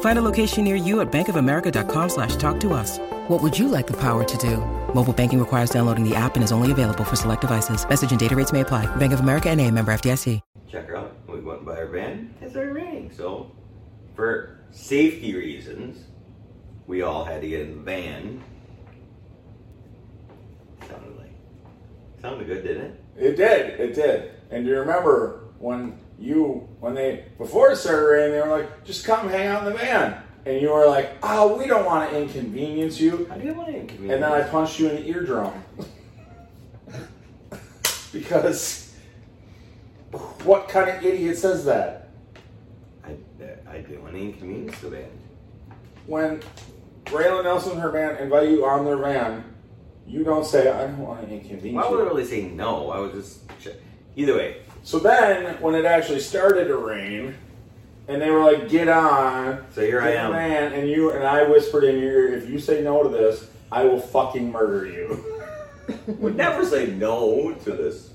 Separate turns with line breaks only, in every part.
Find a location near you at bankofamerica.com slash talk to us. What would you like the power to do? Mobile banking requires downloading the app and is only available for select devices. Message and data rates may apply. Bank of America and a member FDIC.
check her out. We went by her van. That's our ring. So, for safety reasons, we all had to get in the van. Sounded like sounded good, didn't it?
It did. It did. And you remember when you when they before it started raining, they were like, "Just come hang out in the van," and you were like, "Oh, we don't want to inconvenience you."
I didn't want to inconvenience.
And then I punched you in the eardrum because what kind of idiot says that?
I, I didn't want to inconvenience the van.
When Raylan Nelson and her band invite you on their van, you don't say, "I don't want to inconvenience."
Well, I
you.
wouldn't really say no. I was just che- either way.
So then, when it actually started to rain, and they were like, "Get on!"
So here I
get
am.
man, and you and I whispered in your ear, "If you say no to this, I will fucking murder you.
Would never say no to this.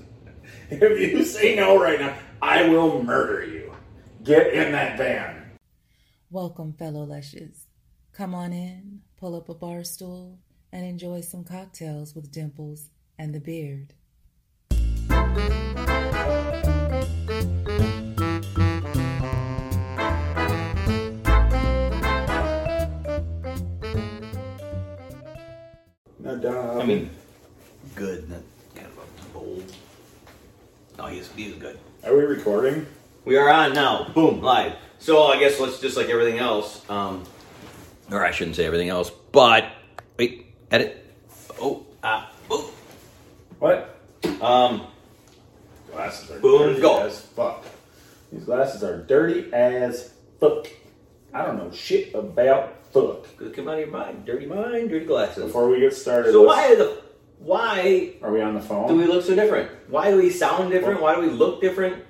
if you say no right now, I will murder you. Get in that van."
Welcome, fellow Lushes. Come on in, pull up a bar stool, and enjoy some cocktails with Dimples and the Beard.
No, duh.
I mean, good. Not kind of a bold. No, he's he's good.
are we recording?
We are on now. Boom, live. So I guess let's just like everything else. Um, or I shouldn't say everything else, but wait, edit. Oh, ah, boom.
What?
Um,
Glasses are
Boom,
dirty
go.
as fuck. These glasses are dirty as fuck. I don't know shit about fuck.
good come out of your mind. Dirty mind, dirty glasses.
Before we get started,
so
let's-
why the why
are we on the phone?
do we look so different? Why do we sound different? Why do we look different?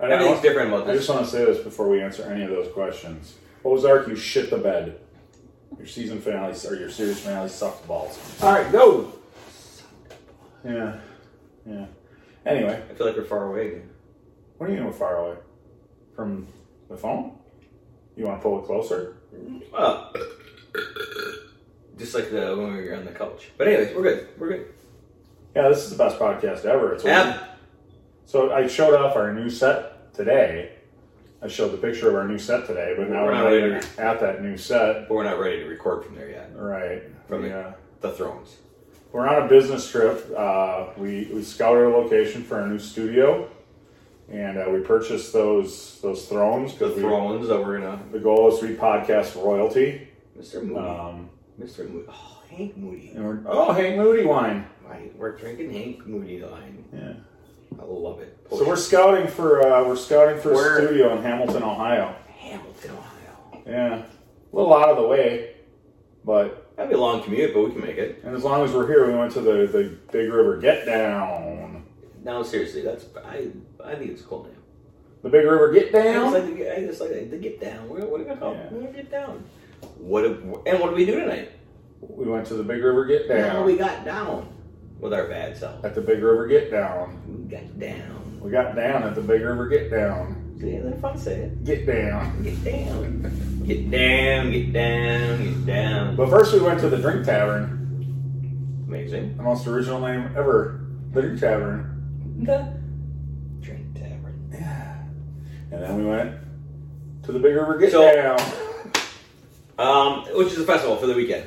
I don't know.
Everything's different about
I just
this.
want to say this before we answer any of those questions. Ozark, you shit the bed. Your season finale or your series finale sucked balls.
All right, go.
Yeah, yeah. Anyway,
I feel like we're far away. again.
what do you mean we're far away from the phone? You want to pull it closer?
Well, just like the when we were on the couch. But anyways, we're good. We're good.
Yeah, this is the best podcast ever. It's
Ab,
so I showed off our new set today. I showed the picture of our new set today, but now
We're
we're
not
not
ready
even at that new set.
but we're not ready to record from there yet.
Right.
From the-
yeah.
The thrones.
We're on a business trip. Uh, we, we scouted a location for our new studio, and uh, we purchased those those thrones
The
because
thrones that we're gonna.
the goal is to be podcast royalty.
Mr. Moody.
Um,
Mr. Moody. Oh, Hank Moody.
and we're, oh, hey, Moody wine.
Right, We're drinking Hank Moody line.
Yeah.
I love it.
So we're scouting for uh, we're scouting for
Where-
a studio in Hamilton, Ohio.
Hamilton, Ohio.
Yeah, a little out of the way, but
That'd be a long commute, but we can make it.
and as long as we're here, we went to the the Big River Get Down.
No, seriously, that's I. I think it's a cool name.
The Big River Get
I just
Down.
like to get, I just like to get down. We're, we're gonna
Yeah.
We're gonna get down. What do- and what do we do tonight?
We went to the Big River Get
Now we
Down.
got down with our bad self.
At the Big River Get Down.
We got down.
We got down at the Big River Get Down.
See, if I say it,
Get down.
get down, get down, get down, get down.
But first we went to the Drink Tavern,
Amazing.
the most original name ever. The Drink Tavern.
The Drink Tavern.
And then we went to the Big River Get
So-
Down.
Um, which is a festival for the weekend.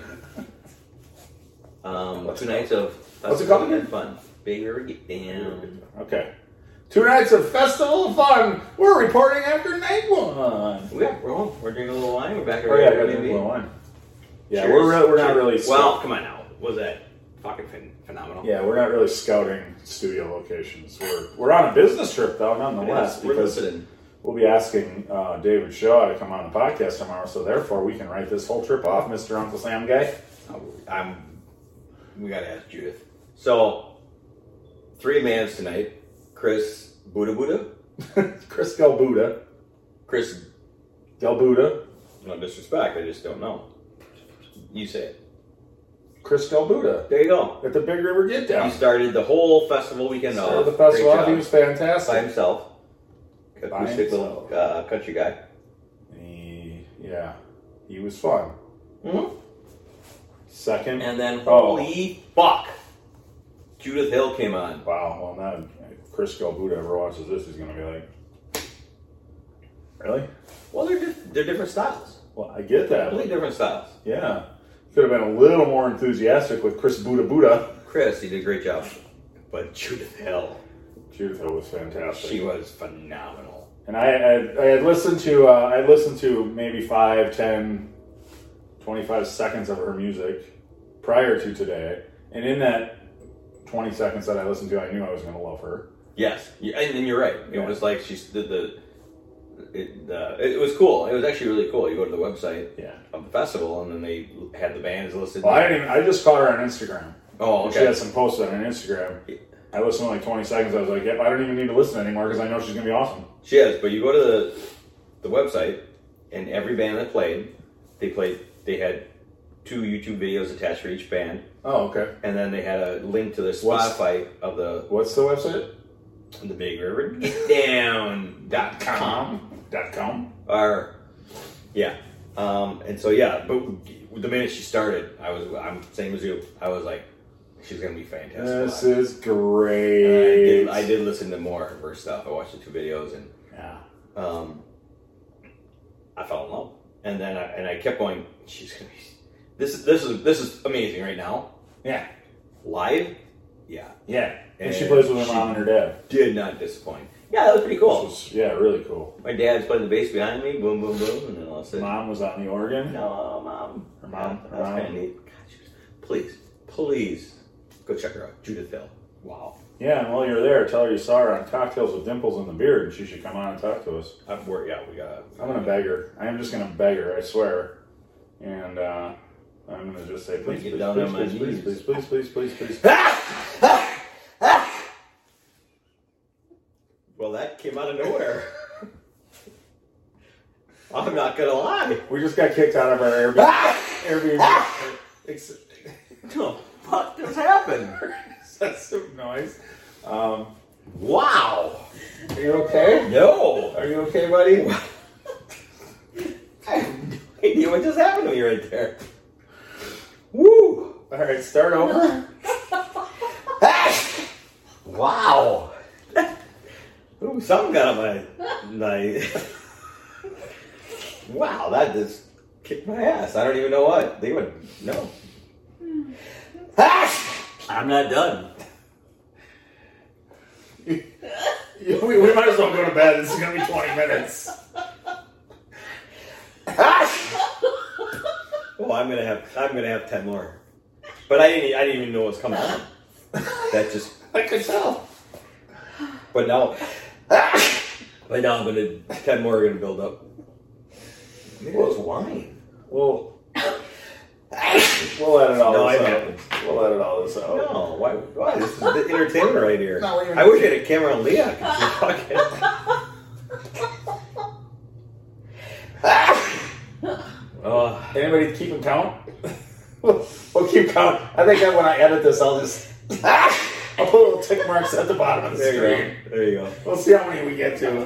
Um, two nights of
What's it
festival
called
and
again?
fun. Bigger get down.
Okay. Two nights of festival of fun. We're reporting after night one.
Yeah, we're home. We're drinking a little wine. We're back at
Oh yeah, I got
our
the
Airbnb.
blue one. Yeah,
Cheers.
we're really, we're not
Cheers.
really.
Well, come on now. Was that fucking phen- phenomenal?
Yeah, we're not really scouting studio locations. We're we're on a business trip though, nonetheless,
Yes, we're
because
listening.
we'll be asking uh, David Shaw to come on the podcast tomorrow. So therefore, we can write this whole trip off, Mister Uncle Sam guy.
I'm. We gotta ask Judith. So, three bands tonight: Chris Buddha Buddha,
Chris Del Buddha,
Chris.
Del Buddha,
No disrespect, I just don't know. You say it.
Chris Del Buddha
There you go.
at the Big River Get
He
Down.
started the whole festival weekend
Started
off.
the festival.
Great
off,
job.
He was fantastic.
by himself. Acoustic little
himself.
uh, country guy.
He- yeah, he was fun.
Mhm.
Second,
And then
Mm-hmm. oh,
holy fuck, Judith Hill came on.
wow. Well, now if Chris Del Buddha ever watches this, he's gonna be like, really?
Well, they're diff- they're different styles.
Well, I get
Completely
that.
different styles.
Yeah, could have been a little more enthusiastic with Chris Buddha Buddha.
Chris, he did a great job, but Judith Hill,
Judith Hill was fantastic.
she was phenomenal.
And I, I, I had listened to uh, I listened to maybe 5, 10, 25 seconds of her music prior to today. And in that 20 seconds that I listened to, I knew I was going to love her.
Yes, you- and, and you're right. It
Yeah.
was like she did the. It, uh, it was cool. It was actually really cool. You go to the website
Yeah.
of the festival, and then they had the bands listed.
Well, I didn't even, I just caught her on Instagram.
oh,
She
okay.
had some posts on her Instagram. I listened to like 20 seconds. I was like, yep, I don't even need to listen anymore because I know she's going to be awesome.
She has, but you go to the, the website, and every band that played, they played. They had two YouTube videos attached for each band,
Oh, okay.
and then they had a link to the
What's-
Spotify of the
What's the website?
the Big River Get Down dot com.
Dot com.
Or yeah, um, and so yeah, but the minute she started, I was I'm same as you. I was like, she's gonna be fantastic.
This
live.
is
And I,
great.
did, I did listen to more of her stuff. I watched the two videos and.
Yeah.
um, I fell in love, and then I, and I kept going. She's gonna be this is this is this is amazing right now.
Yeah.
Live, yeah,
Yeah. And, she
And
plays with her
she-
mom and her dad.
did not disappoint. Yeah, that was pretty
This
cool.
was- yeah, really cool.
My dad's playing the bass behind me, boom, boom, boom, and then all of a sudden,
Mom was on the organ.
no, mom,
Her mom,
Yeah,
her
that's kind
mom.
of neat. God, she was- please, please, go check her out, Judith Hill. Wow,
Yeah, and while you're there, tell her you saw her on Cocktails with Dimples in the Beard, and she should come on and talk to us.
I'm worried. Uh, Yeah, we got.
I'm gonna beg her. I am just gonna beg her. I swear. And uh, I'm gonna just say, please,
get
please,
down
please,
on my
please, please,
knees.
please, please, please, please, please.
Well, that came out of nowhere. I'm not gonna lie.
We just got kicked out of our Airbnb. Airbnb. Ex-
the fuck just happened?
That's some noise. Um,
Wow.
are you okay?
No.
Are you okay, buddy?
I have no idea what just happened to me right there. Woo.
All right, start over.
Wow. Ooh, something got on my my. wow, that just kicked my ass. I don't even know what they would no. I'm not done.
we, we might as well go to bed. This is gonna be 20 minutes.
Well, Oh, I'm gonna have I'm gonna have ten more, but I didn't e, I didn't even know what was coming on. That just
I could tell.
but now but now I'm gonna ten more are gonna build up. Maybe it was wine.
Well, we'll edit all
No,
this
I
out. We'll edit all this out.
No, Oh, why? Why? This is the entertainment right here.
No, we're gonna-
I wish I had a camera on Leah. 'cause she's fucking- Oh,
Anybody keep him count? we'll we'll keep count. I think that when I edit this, I'll just I'll put little tick marks at the bottom of the
there you
screen.
go. There you go.
We'll see how many we get to.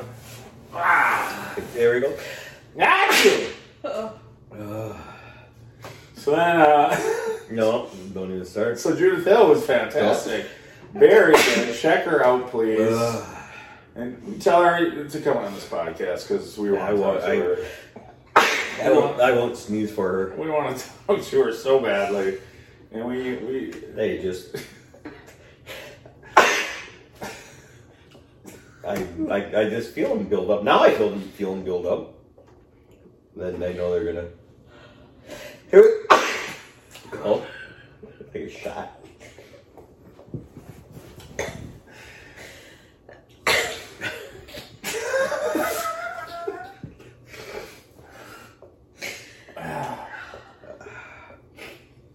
Ah,
There we go.
got you. So then, uh,
No, don't even start.
so Judith Hill was fantastic. Very good. Check her out, please.
Uh.
And tell her to come on this podcast because we
I
want
wa-
to talk to
I-
her.
I won't. I won't sneeze for her.
We want to talk to her so badly, and we we
They just. I, I, I just feel them build up. Now I feel them, feel them build up. Then I know they're gonna. Here we go. Take a shot.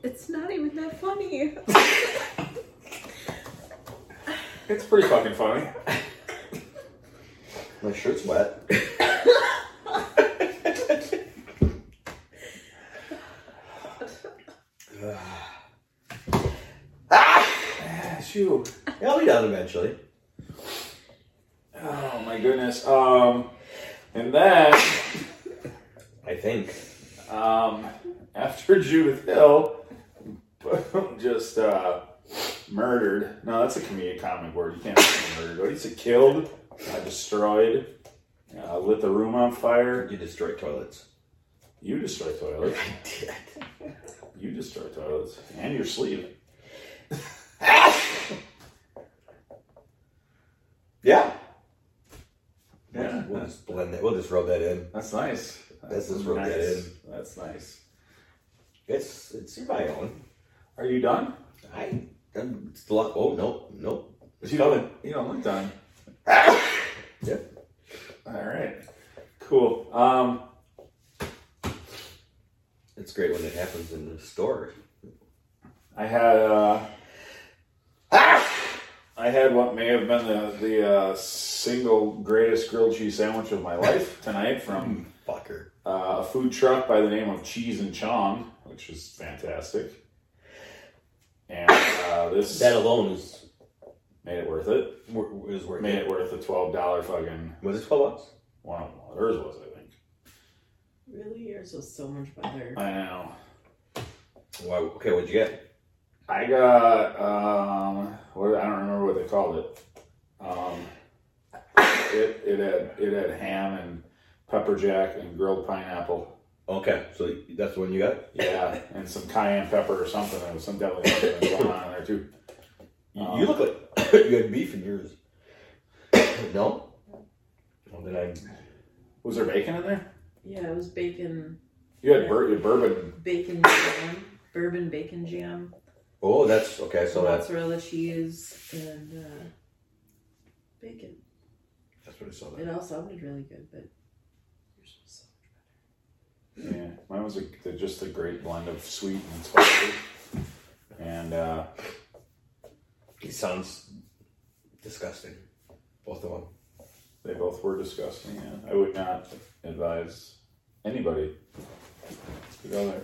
It's not even that funny.
It's pretty fucking funny.
My shirt's wet.
That's you.
I'll be done eventually.
Oh my goodness. Um, and then
I think.
um, after Judith Hill just uh, murdered. No, that's a comedic common word. You can't say murdered. What do you say? Killed, uh, destroyed, uh, lit the room on fire.
You destroy toilets.
You destroy toilets. You destroy toilets and your sleeve.
Yeah.
Yeah.
We'll just blend that. We'll just rub that in.
That's nice.
Let's just rub that
nice. That's nice.
It's it's my own.
Are you done?
I I'm, it's the luck. Oh no no. It's
You
coming.
don't, you don't look done.
Yep.
All right. Cool. Um,
It's great when it happens in the store.
I had uh, I had what may have been the, the uh, single greatest grilled cheese sandwich of my life tonight from
Fucker.
uh, a food truck by the name of Cheese and Chong, which is fantastic. And uh, this
That alone is
made it worth it.
wor- is worth
Made it worth the twelve dollar fucking
Was it twelve bucks?
one. Hers was, I think.
really, yours was so much better.
I know.
Why, okay, what'd you get?
I got um what I don't remember what they called it. Um it it had it had ham and pepper jack and grilled pineapple.
Okay, so that's the one you got.
Yeah, and some cayenne pepper or something. There was some deviled something going on in there too.
You,
Um,
you look like you had beef in yours. no. Well, then I.
Oh, Was there bacon in there?
Yeah, it was bacon,
You had bur- your bourbon.
bacon jam, bourbon bacon jam,
Oh, that's okay. So that's
mozzarella cheese, and uh, bacon.
that's what I saw.
It all sounded really good, but yours was so much better.
Yeah, mine was a, the, just a great blend of sweet and spicy. And uh,
It sounds disgusting. Both of them.
they both were disgusting. Yeah, I would not advise anybody to go there.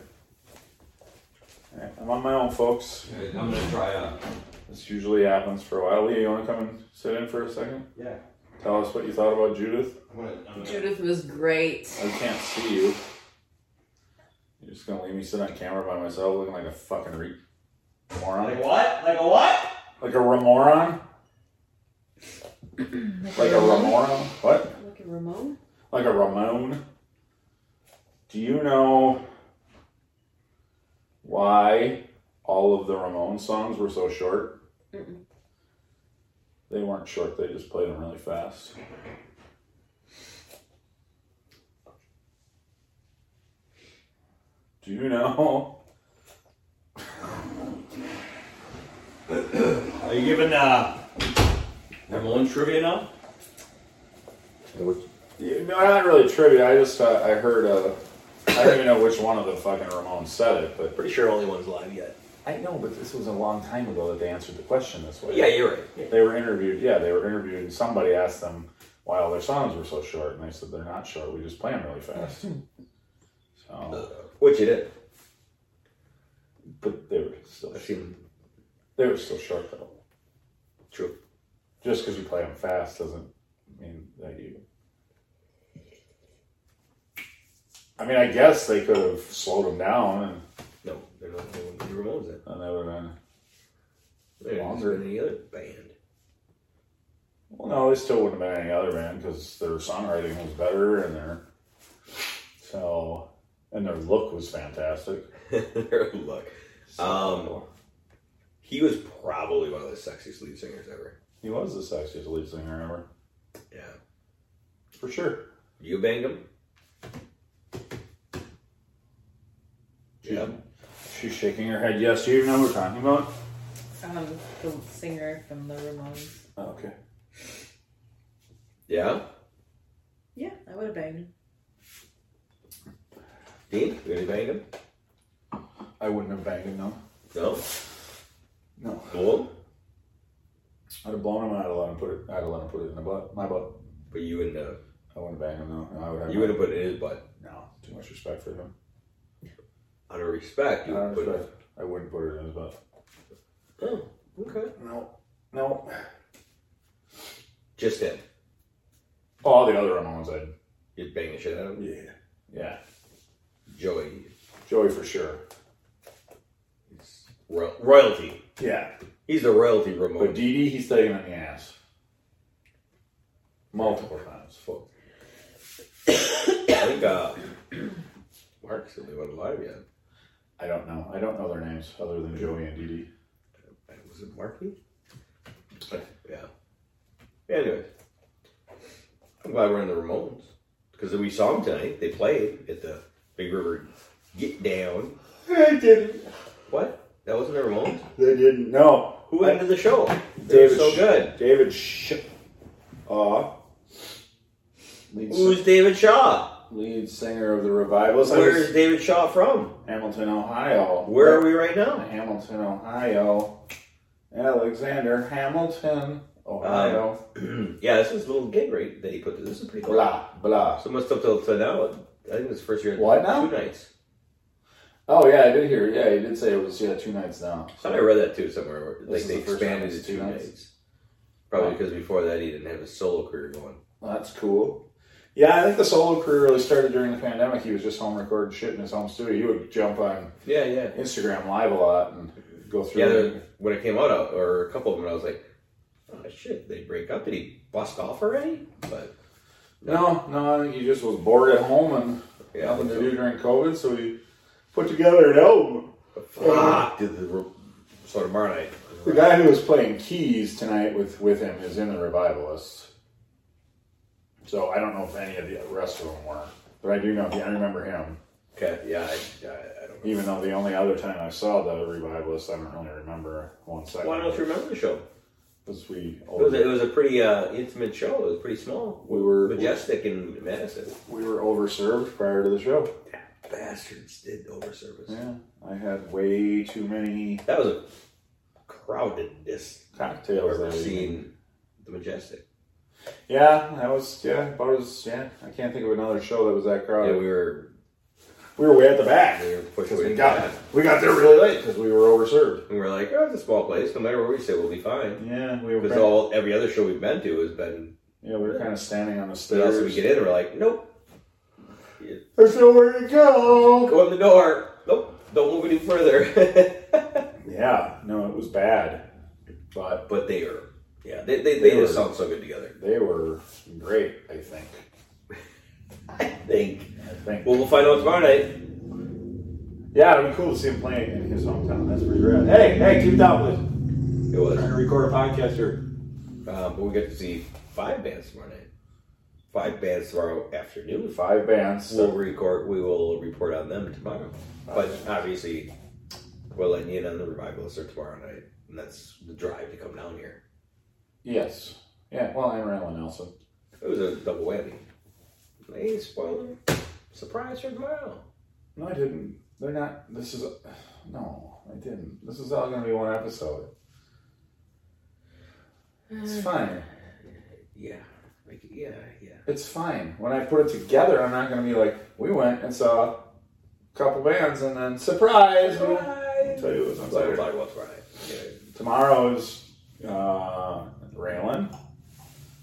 All right, I'm on my own, folks.
I'm gonna try uh, out.
This usually happens for a while. Leah, you want to come and sit in for a second?
Yeah.
Tell us what you thought about Judith.
I'm gonna. I'm
Judith was great.
I can't see you. You're just gonna leave me sit on camera by myself, looking like a fucking re- moron,
what? Like a what?
like a remoron, like a remoron. What?
Look at Ramon.
like a Ramon. Do you know why all of the Ramon songs were so short? They weren't short, they just played them really fast. Do you know?
Are you giving uh number one trivia now?
Yeah, no, not really trivia. I just uh, I heard uh, I don't even know which one of the fucking Ramones said it, but
Pretty sure only one's live yet.
I know. But this was a long time ago that they answered the question this way.
Yeah, you're right.
They were interviewed. Yeah, they were interviewed, and somebody asked them why all their songs were so short, and they said they're not short. We just play them really fast. so,
Which you did.
but they were still
I've seen
they were still short though.
true.
Just because you play them fast doesn't mean that you. I mean, I guess they could have slowed them down, and,
No, they're not the one the Ramones then.
and they would have been.
They're
Longer.
longer than any other band.
Well, no, they still wouldn't have been any other band because their songwriting was better, and their so and their look was fantastic.
Their luck. Um, he was probably one of the sexiest lead singers ever.
He was the sexiest lead singer ever.
Yeah.
for sure.
You banged him?
She's,
Yeah.
she's shaking her head. Yes. Do you even know what we're talking about?
Um, the singer from the Ramones.
Oh, okay.
Yeah?
Yeah, I would have banged him.
Dean, you really banged him?
I wouldn't have banged him. No.
No?
No.
Cool?
I'd have blown him. and I'd have let him put it. I'd have let him put it in the butt. My butt.
But you wouldn't have.
I wouldn't bang him. No. no I would have.
You would have put it in his butt.
No. Too much respect for him.
Out of respect, you
Out
would put
of respect, I wouldn't put it in his butt.
it in. Oh, okay.
No. No.
Just him.
All the other Ramones, I'd.
You'd bang the shit out of him.
Yeah. Yeah.
Joey.
Joey for sure.
Ro- royalty.
Yeah.
He's the royalty remote.
But Dee Dee, he's taking in the ass. Multiple times. Fuck.
I think uh, Mark's the only one alive yet.
I don't know. I don't know their names other than Joey and Dee Dee.
Was it Marky? Yeah. Anyways, I'm glad we're in the Ramones because we saw them tonight. They played at the Big River Get Down.
They didn't.
What? That wasn't the Ramones.
They didn't. No.
Who ended the show? They were
David
so
Sh-
good.
David Sh. Uh, lead,
Who's David Shaw?
lead singer of the Revivalists. I
Where's
was-
David Shaw from?
Hamilton, Ohio.
Where are we right now?
Hamilton, Ohio. Alexander Hamilton, Ohio.
Um, yeah, this is a little gig right that he put. This is pretty cool.
blah blah.
So much stuff till, till now. I think it's the first year.
What now?
Two nights.
Oh yeah, I did hear. Yeah, he did say it was yeah two nights now.
I thought I read that too somewhere. where, Like
This is
they
the first time
expanded
it's
to
two
two
nights.
nights. Probably because before that he didn't have his solo career going.
Well, that's cool. Yeah, I think the solo career really started during the pandemic. He was just home recording shit in his home studio. He would jump on
Yeah, yeah,
Instagram Live a lot and go through.
yeah. there- When it came out, I- or a couple of them, I was like, "Oh shit, they break up? Did he bust off already?" But
No, no, I think he just was bored at home and
Yeah,
nothing to
so-
do during COVID, so he put together an album.
fuck, did the re- so tomorrow night?
The guy who was playing keys tonight with, with him is in the Revivalists. So I don't know if any of the rest of them were, but I do know I remember him.
Okay, yeah, I, I, I don't. know.
Even though the only other time I saw the Revivalists, I don't really remember one second.
Why don't you remember the show?
Because we
It was, it was a pretty uh, intimate show. It was pretty small,
we were
majestic in Madison.
we were overserved prior to the show.
Bastards did overservice.
Yeah, I had way too many
That was a crowdedness I've
cocktails.
ever
that evening.
seen. The majestic.
Yeah, that was yeah. About as yeah. I can't think of another show that was that
Yeah,
crowded.
we were
we were way at the back.
we were pushed
'Cause
way
we
back.
got we got there really late because we were overserved.
and we were like, "Oh, it's a small place. No matter where we sit, we'll be fine."
Yeah, we were.
Because
kinda-
all every other show we've been to has been
yeah, we were kind of standing on the
the
stairs.
last we get in, we're like, nope,
There's nowhere to go.
go in the door. Nope, don't move any further.
Yeah, no, it was bad, but
but they are, yeah, they they, they,
They
just
were-
sound so good together.
they were great. I think.
I think.
I think.
Well, we'll find out tomorrow night.
yeah, it'd be cool to see him playing in his hometown. That's pretty rad. Hey, hey, keep it up, please.
It was,
Trying
um,
to record a podcast here.
but we get to see five bands tomorrow night. Five bands tomorrow afternoon.
Five bands.
We'll record. We will report on them tomorrow. But obviously, we'll let you in on the revivalists are tomorrow night, and that's the drive to come down here.
Yes. Yeah. Well, I'm Raylan Nelson.
It was a double whammy. Hey, spoiler! Surprise for tomorrow.
No, I didn't. They're not. This is. No, I didn't. This is all going to be one episode. It's fine.
Yeah, like yeah, yeah.
It's fine. When I put it together, I'm not going to be like, we went and saw a couple bands and then surprise. we won't
Surprise!
tell you what's on
So we'll
Saturday.
talk about Friday. Yeah.
Tomorrow is uh, Raylan,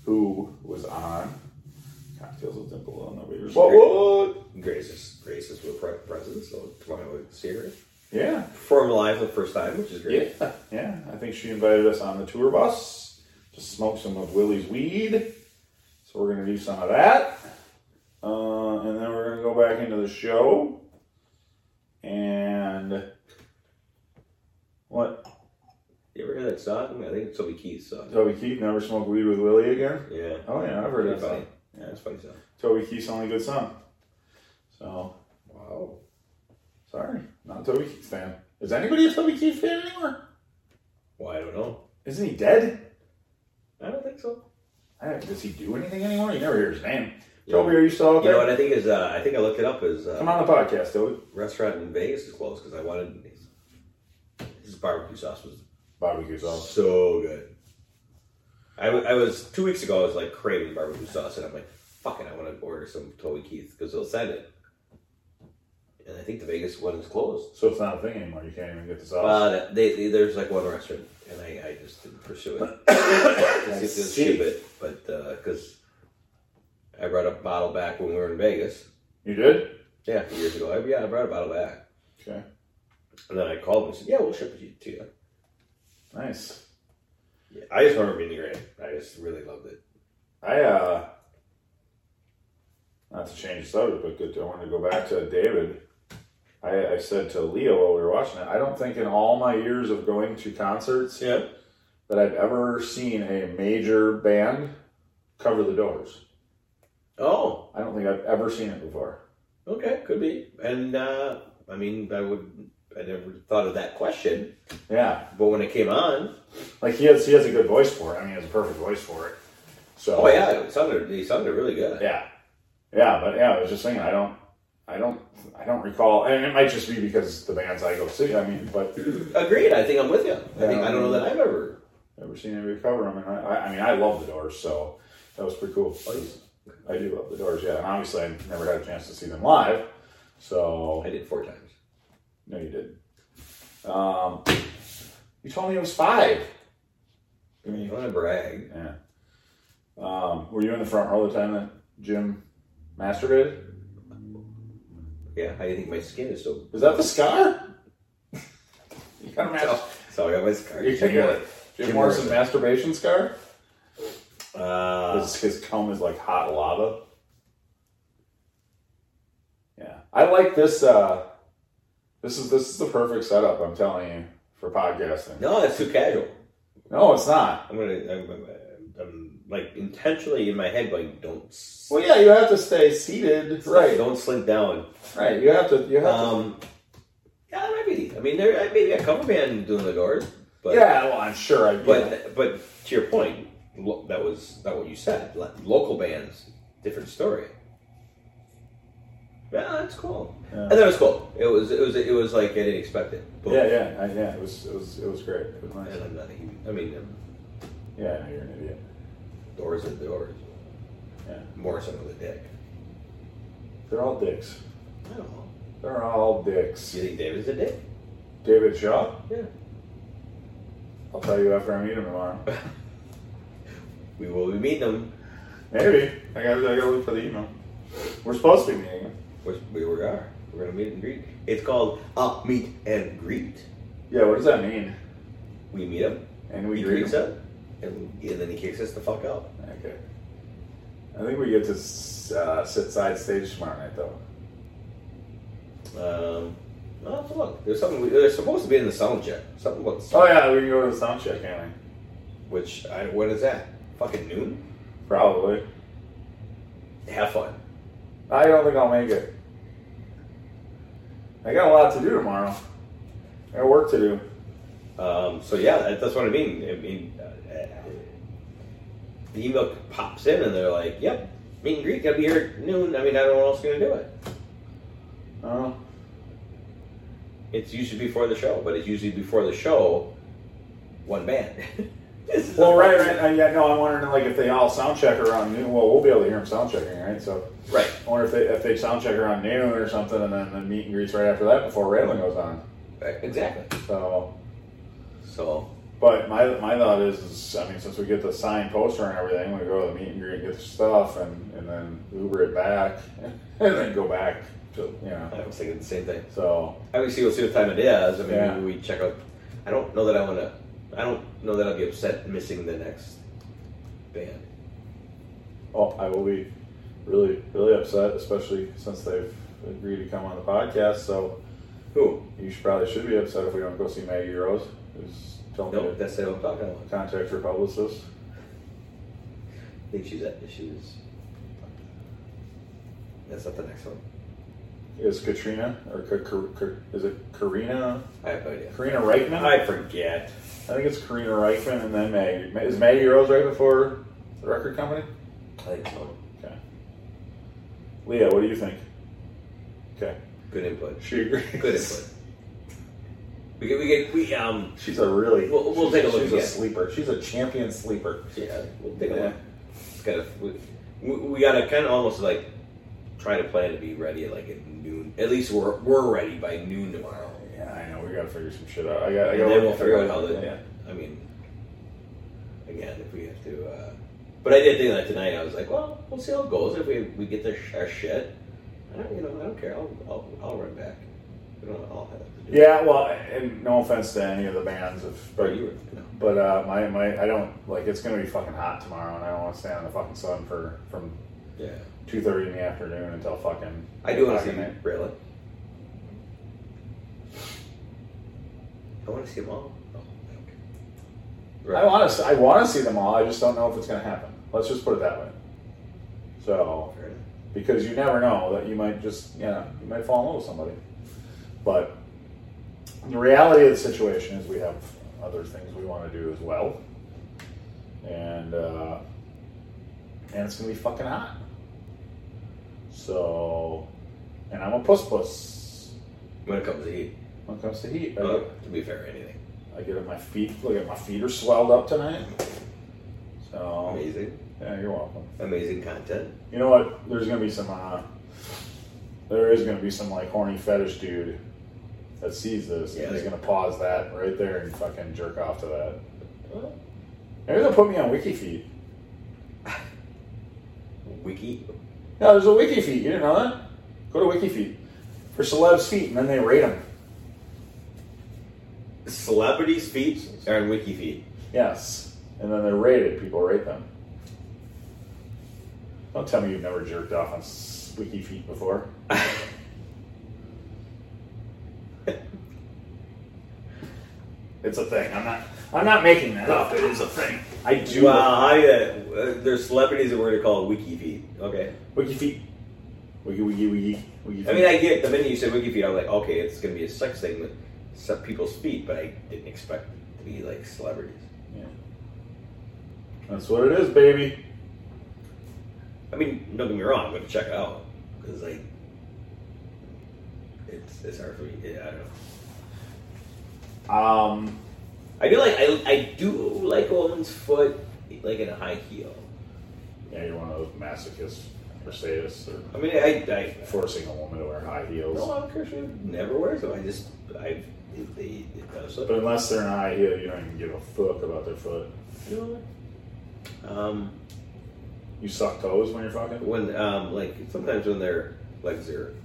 who was on Cocktails with Dimple on the Weavers.
What,
what?
Grace is Grace is with pre- present, so tomorrow we see her
Yeah.
perform live for the first time, which is great.
Yeah, yeah. I think she invited us on the tour bus to smoke some of Willie's weed. So we're gonna do some of that, uh, and then we're gonna go back into the show. And what?
You ever hear that song? I think it's Toby Keith's song.
Toby Keith never smoked weed with Willie again.
Yeah.
Oh yeah, I've heard
Pretty
that
funny.
song.
Yeah, it's a funny song.
Toby Keith's only good son. So
Wow.
sorry, not a Toby Keith fan. Is anybody a Toby Keith fan anymore?
Well, I don't know.
Isn't he dead?
I don't think so.
I don't, does he do anything anymore? You never hear his name.
You
Toby,
know-
are you still out
You
there?
know what I think is? Uh, I think I looked it up as
Come
uh,
on the podcast, Toby.
restaurant in Vegas is closed because I wanted his, his barbecue sauce was
Barbecue sauce.
so good. I, w- I was two weeks ago. I was like craving barbecue sauce, and I'm like, "Fuck it, I want to order some Toby Keith because they'll send it." And I think the Vegas one is closed.
So it's not a thing anymore. You can't even get the sauce.
Uh, they, they, there's like one restaurant, and I, I just didn't pursue it.
I
It's just
see.
stupid, but because I brought a bottle back when we were in Vegas.
You did?
Yeah, a few years ago. I, yeah, I brought a bottle back,
Okay.
and then I called them and said, "Yeah, we'll ship it to you."
Nice.
Yeah, I just remember being great. I just really loved it.
I uh not to change the subject, but good. I wanted to go back to David. I, I said to Leo while we were watching it, I don't think in all my years of going to concerts
Yeah,
that I've ever seen a major band cover the doors.
Oh,
I don't think I've ever seen it before.
okay, could be. And uh, I mean, I would. I never thought of that question,
Yeah,
but when it came on,
like he has he has a good voice for it. I mean, he has a perfect voice for it. So
oh yeah, it sounded. It sounded really good.
Yeah, yeah, but yeah, I was just thinking. I don't, I don't, I don't recall, and it might just be because the bands I go see. I mean, but
Agreed. I think I'm with you. I think I don't know
Yeah.
that I've ever.
never seen anybody cover them. And I, I, I mean, I love the Doors, so that was pretty cool. I do love the Doors, yeah. And obviously, I never had a chance to see them live, so
I did four times.
no, you did. Um, you told me it was five.
I mean, you want to brag?
Yeah. Um, were you in the front row the time that Jim masturbated?
Yeah. How do you think my skin is so?
Is that the scar? you got a mas-
So I got my scar.
You think what? Jim,
Jim
Morrison
Morrison.
masturbation scar?
Uh,
His, his comb is like hot lava. Yeah, I like this. Uh, this is this is the perfect setup. I'm telling you for podcasting.
no, that's too casual.
No, it's not.
I'm gonna. I'm, I'm, I'm like intentionally in my head going, don't. s-
Well, yeah, you have to stay seated. Right,
Don't slink down.
right. You have to. You have
Um, yeah, that might be. I mean, there I- maybe a cover band doing the doors,
to.
but
Yeah, well, I'm sure. I
but but to your point, lo- that was that what you said. Lo- Local bands, different story. Yeah, that's cool.
Yeah.
I thought it was cool. It was it was it was like I didn't expect it. Boom.
yeah, yeah, I, yeah. It was it was it was great. It was nice.
And I'm not. a huge- I mean, um,
Yeah, I know you're an idiot.
doors are doors.
Yeah,
Morrison with a dick.
they're all dicks.
I don't know.
They're all dicks.
You think David's a dick?
David Shaw.
Yeah.
I'll tell you after I meet him tomorrow.
We will be meeting him.
Maybe. I gotta, I gotta look for the email. We're supposed to be meeting.
Which we were are. We're gonna meet and greet. It's called Up Meet and Greet.
Yeah, what does that mean?
We meet him.
And we
he
greet
greets
him?
us, and, and then he kicks us the fuck out.
Okay. I think we get to s- uh, sit side stage tomorrow night, though.
Um, well, have to look. There's something. There's supposed to be in the sound check. Something about
Oh, yeah, we can go to the sound check, can't we?
which I what is that? Fucking noon.
Probably.
Have fun.
I don't think I'll make it. I got a lot to do tomorrow. I got work to do.
Um, so yeah, that- that's what I mean. I mean, uh, uh, the email pops in and they're like, "Yep, meet and greet. Gotta be here at noon." I mean, I don't know what else gonna do it.
Oh,
It's usually before the show, but it's usually before the show, one band. This is
well,
a-
right, right. Uh, yeah, no, I'm wondering like if they all sound check around noon. Well, we'll be able to hear them sound checking, right? So
right.
I wonder if they if they sound check around noon or something, and then the meet and greets right after that before railing goes on.
Right, Exactly.
So,
So
but my my thought is, is, I mean, since we get the signed poster and everything, we go to the meet and greet, get the stuff, and and then Uber it back, and then go back to you know.
I was thinking the same thing.
So
Obviously, we'll see what time it is. I mean,
Yeah.
maybe we check out. I don't know that I want to. I don't know that I'll be upset missing the next band.
Oh, I will be really, really upset, especially since they've agreed to come on the podcast. So
Who?
you should, probably should be upset if we don't go see Maggie Rose, who's Tell me.
No, that's what I'm talking about.
Contact her publicist.
I think she's at issues. That's not the next one.
Is Katrina or Ka- Ka- Ka- is it Karina?
I have no idea.
Karina Reichman.
I forget.
I think it's Karina Reichman and then Maggie. Ma- Is Maggie Rose right before the record company?
I think so.
Okay. Leah, what do you think? Okay.
Good input.
She agrees.
Good input. We get, we get, we, um,
She's a really.
We'll- we'll take a look
She's
again.
a sleeper. She's a champion sleeper.
yeah, we'll take a
Yeah.
look. It's kind of, we, we- we gotta kind of almost like try to plan to be ready like at noon. At least we're, we're ready by noon tomorrow.
Yeah, I know. We gotta figure some shit out. I got. I
And
got.
then we'll figure out how the,
Yeah.
I mean, again, if we have to, uh, but I did think that tonight, I was like, well, we'll see how it goes. If we, we get this, our shit, I don't, you know, I don't care. I'll, I'll, I'll run back. I don't, I'll have to do
Yeah. Well, and no offense to any of the bands, if
Or you were, no.
But uh, my, my I don't like it's gonna be fucking hot tomorrow, and I don't want to stand in the fucking sun for from
Yeah.
two thirty in the afternoon until fucking.
I do want to
fucking
see
night.
really. I want to see them all. Oh, I don't care.
I want to I want to see them all. I just don't know if it's gonna happen. Let's just put it that way. So
Fair enough.
because you never know that you might just you know you might fall in love with somebody, but the reality of the situation is we have other things we want to do as well, and uh, and it's gonna be fucking hot. So, and I'm a puss puss
When it comes to heat,
when it comes to heat. I,
uh, to be fair, anything
I get at my feet. Look at my feet are swelled up tonight. So
amazing,
yeah, you're welcome.
amazing content.
You know what? There's gonna be some. Uh, there is gonna be some like horny fetish dude that sees this.
Yeah,
and he's
they-
gonna pause that right there and fucking jerk off to that. Maybe they'll put me on WikiFeed.
Wiki,
No, there's a WikiFeed. You didn't know that? Go to WikiFeed for celebs' feet, and then they rate them.
celebrities' feet are on Wiki feet.
Yes, and then they're rated. People rate them. Don't tell me you've never jerked off on s- WikiFeed before. it's a thing. I'm not. I'm not making that up. It is a thing. I do.
Wow, how you, uh, there's celebrities that we're gonna call Wiki feet. Okay,
WikiFeed. Wiki wiki wiki wiki.
I mean, I get the minute you said Wiki feet, I'm like, okay, it's gonna be a sex thing with some people's feet, but I didn't expect it to be like celebrities.
Yeah. That's what it is, baby.
I mean, don't get me wrong, I'm going to check it out because like it's it's hard for me. Yeah, I don't know.
Um.
I do like I, I do like a woman's foot like in a high heel.
Yeah, you're one of those masochists or sadists or
I mean, I, I
forcing a woman to wear high heels.
no, I don't care. She never wears them. I just I if they if that was
But unless they're an high heel, you don't even give a fuck about their foot.
um
You suck toes when you're fucking.
when um like sometimes when their legs are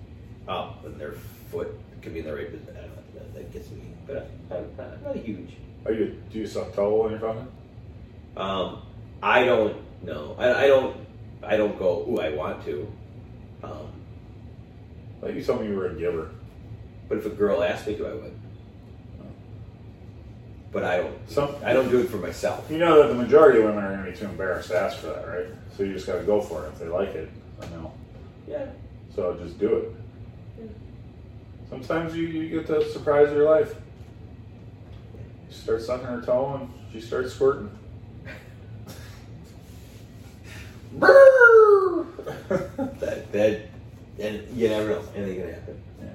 up and their foot can be in the right position. I don't know, that, that gets me. But I, I'm not- I'm not huge.
Are you do you suck toe when you're fucking?
Um, I don't know. I, I don't. I don't go. Ooh, I want to. Um,
Like you told me you were a giver.
but if a girl asked me to, I would. But I don't.
Some
I don't do it for myself.
You know that the majority of women are gonna be too embarrassed to ask for that, right? So you just gotta go for it if they like it. I know.
Yeah.
So just do it. Sometimes you, you get the surprise of your life. You start sucking her toe and she starts squirting. Brrrr!
That that. And you never know. Anything can happen.
Yeah.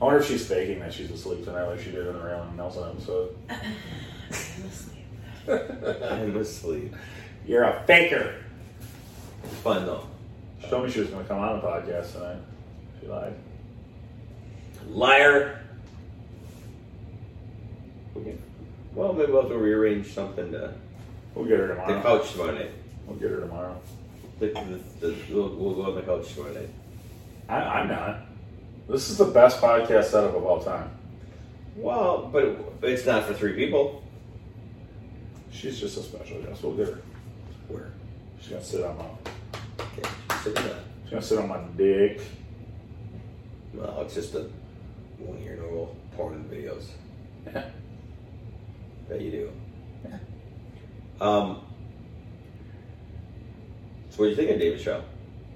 I wonder if she's faking that she's asleep tonight, like she did in the Railing Nelson episode.
I'm asleep.
You're a faker.
It's fun though.
She told me she was going to come on the podcast tonight. She lied.
Liar. Okay. Well, maybe we'll have to rearrange something to
We'll get her
the
tomorrow.
couch tomorrow night.
We'll get her tomorrow.
The, the, the, we'll, we'll go on the couch tomorrow night.
I, I'm not. This is the best podcast setup of all time.
Well, but it, it's not for three people.
She's just a special guest. We'll get her.
Where?
She's going to sit on my.
Okay, sit in that.
She's going to sit on my dick.
Well, it's just a one year normal porn videos. Bet you do. Um, so what do you think of David's show?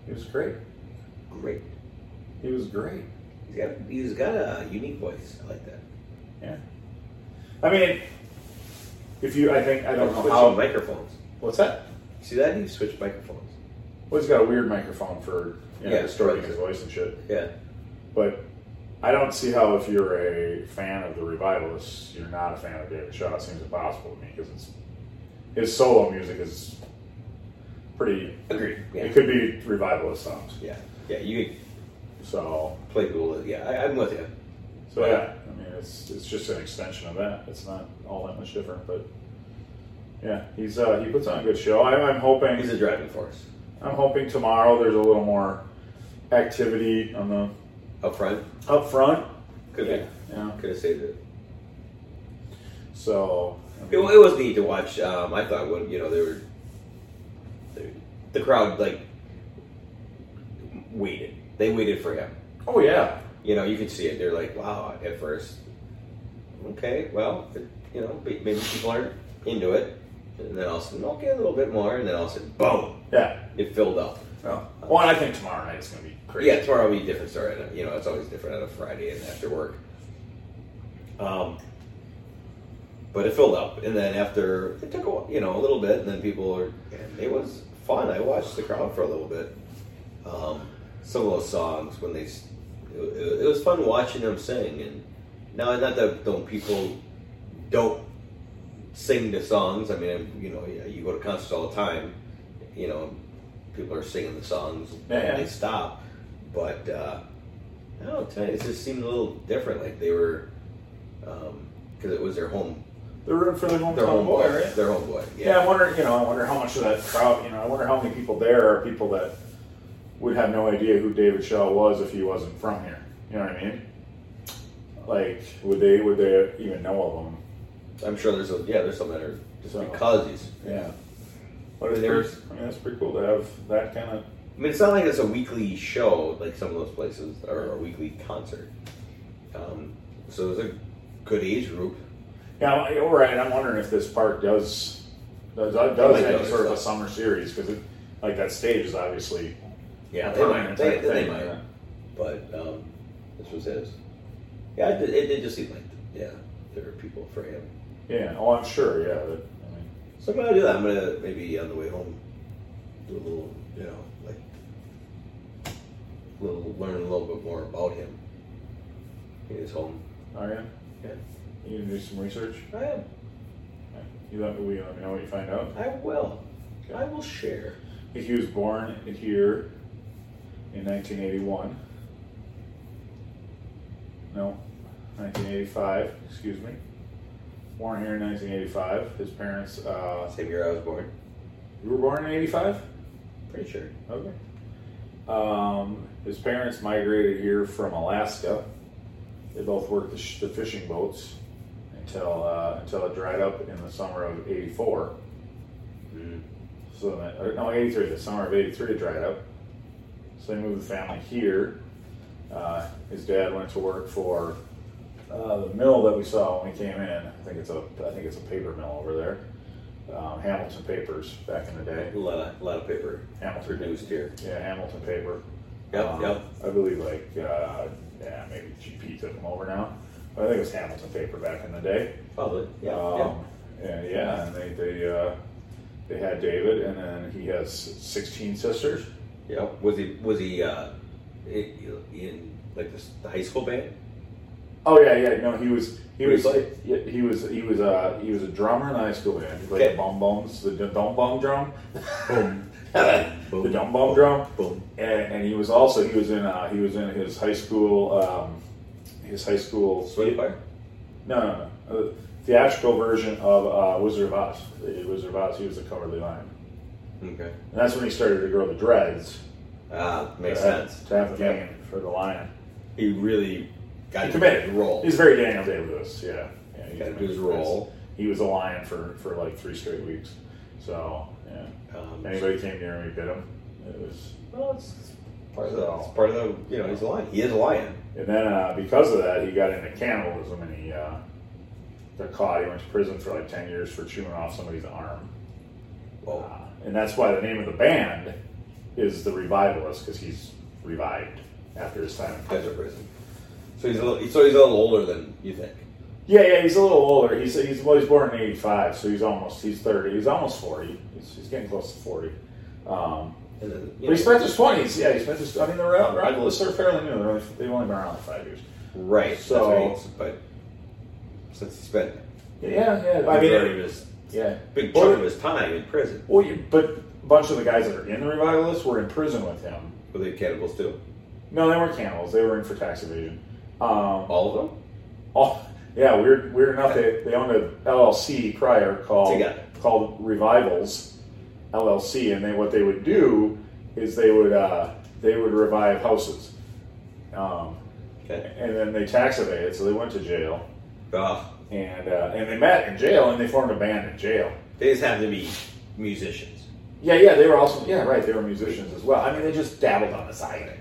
He was great.
Great.
He was great.
He's got he's got a unique voice. I like that.
Yeah. I mean, if you, I think, I don't know
Switch
how.
microphones.
What's that?
See that? He switched microphones.
Well, he's got a weird microphone for you know,
Yeah,
distorting
right.
his voice and shit.
Yeah.
But I don't see how, if you're a fan of the Revivalists, you're not a fan of David Shaw. It seems impossible to me because it's his solo music is pretty.
Agreed. Yeah.
It could be Revivalist songs.
Yeah. Yeah. You could
So,
play cool. Yeah. I, I'm with you.
so yeah. I mean, it's it's just an extension of that. It's not all that much different, but. Yeah, he's uh, he puts on a good show. I'm, I'm hoping
He's a driving force
I'm hoping tomorrow there's a little more activity on the
up front.
up front.
Could
yeah.
be.
yeah.
Could have saved it.
So
It, it was neat to watch. Um, I thought when you know they were, they, the crowd like waited. They waited for him.
oh yeah,
You know, you could see it. They're like, wow. At first, okay, well, it, you know, may- maybe people aren't into it. And then all of a sudden, okay, a little bit more. And then all of a sudden, boom,
yeah.
it filled up.
Oh. Well, and I think tomorrow night is gonna be crazy.
Yeah, tomorrow will be a different story. and, You know, it's always different on a Friday and after work. Um, but it filled up, and then after it took a while, you know a little bit, and then people were. And it was fun. I watched the crowd for a little bit. Um, some of those songs when they, s- it, it- it was fun watching them sing. And now, not that don't people don't sing the songs. I mean, you know, yeah, you go to concerts all the time. You know, people are singing the songs.
Yeah, yeah.
And they stop, but uh, I don't know. Tonight it just seemed a little different. Like they were, because it was their home,
They're rooting for their hometown
their home
boy,
boy,
right?
their home boy.
Yeah. I
Yeah,
wonder. You know, I wonder how much of that crowd. You know, I wonder how many people there are people that would have no idea who David Shaw was if he wasn't from here. You know what I mean? Like, would they would they even know of him?
I'm sure there's a yeah, there's some that are just
So-
because he's.
Yeah. But it's
There
pretty,
was-
I mean, that's pretty cool to have that kind of
I mean, it's not like it's a weekly show like some of those places or a weekly concert. Um, so it's a good age group.
Yeah, you're right. I'm wondering if this park does does,
might
does
do
any
it,
sort of a
so.
summer series because like that stage is obviously
Yeah,
a
they might.
permanent
They,
type
they
thing,
might.
yeah.
But um, this was his. Yeah, it, it, it just seemed like yeah, there were people for him.
Yeah. Oh, I'm sure. Yeah. That, I mean,
So I'm gonna do that. I'm gonna maybe on the way home do a little, you know, like little learn a little bit more about him. His home.
are you?
Yeah,
You gonna do some research?
I am.
You let me, let me know what you find out.
I will. I will share.
He was born here in 1981. No, 1985. Excuse me. Born here in 1985. His parents. Uh,
Same year I was born.
you were born in 85.
Pretty sure.
Okay. Um, his parents migrated here from Alaska. They both worked the, sh- the fishing boats until uh, until it dried up in the summer of '84.
Mm.
So then, or, no, '83. The summer of '83 it dried up. So they moved the family here. Uh, his dad went to work for uh, the mill that we saw when we came in. I think it's a I think it's a paper mill over there, um, Hamilton Papers back in the day.
A lot of, a lot of paper
Hamilton
produced here.
Yeah, Hamilton paper.
Yep,
Um,
yep.
I believe like uh, yeah, maybe GP took them over now. But I think it was Hamilton paper back in the day.
Probably. Yeah.
Um, And yeah, and they they uh, they had David, and then he has sixteen sisters.
yeah. Yep. Was he was he uh, in, in like this, the high school band?
Oh yeah, yeah. No, he was he was
Really?
yeah, he was he was uh, he was a drummer in the high school band. He played
Okay.
the bum bums, the d- dum bum drum,
Boom.
the dum bum drum.
Boom.
and, and he was also he was in uh, he was in his high school um, his high school
Swing fire?
no no no uh, theatrical version of uh, Wizard of Oz They did Wizard of Oz he was a cowardly lion
Okay.
and that's when he started to grow the dreads
Ah, makes
to have-
sense.
to have the
Yeah.
mane for the lion
he really got
he
to
committed
role.
he's very Daniel Day Lewis yeah, yeah he
Gotta
committed
do his
to
role.
this. he was a lion for for like three straight weeks so yeah
Um,
anybody came near him he bit him it was
well, it's part of the,
So-
it's part of the you know he's a lion. He is a lion.
And then uh, because of that, he got into cannibalism and he uh, got caught. He went to prison for like 10 years for chewing off somebody's arm.
Whoa.
Uh, and that's why the name of the band is The Revivalists, because he's revived after his time in prison.
That's a prison. So he's a little, so he's a little older than you think.
Yeah, yeah, he's a little older. He's he's well, he's born in '85, so he's almost he's thirty. He's almost forty. He's, he's getting close to forty. Um,
And then, you
but he
know,
spent his twenties. Yeah, he spent his. I mean, they're out. Rivalists are fairly new. They're only, they've only been around like five years.
right.
so-
that's right. But since he spent,
Yeah, yeah. I
I
mean,
mean,
it,
his,
yeah.
big chunk of his time in prison
Well, you, but a bunch of the guys that are in the revivalists were in prison with him.
with the cannibals too.
No, they weren't cannibals. They were in for tax evasion. Um,
All of them.
Oh, yeah, weird, weird enough. They, they owned an LLC prior called
Together.
called Revivals LLC, and they what they would do is they would uh, they would revive houses, um,
Okay.
and then they tax evaded, so they went to jail,
Oh,
and uh, and they met in jail, and they formed a band in jail.
they just happen to be musicians.
Yeah, yeah, they were also yeah right. They were musicians as well. I mean, they just dabbled on the side,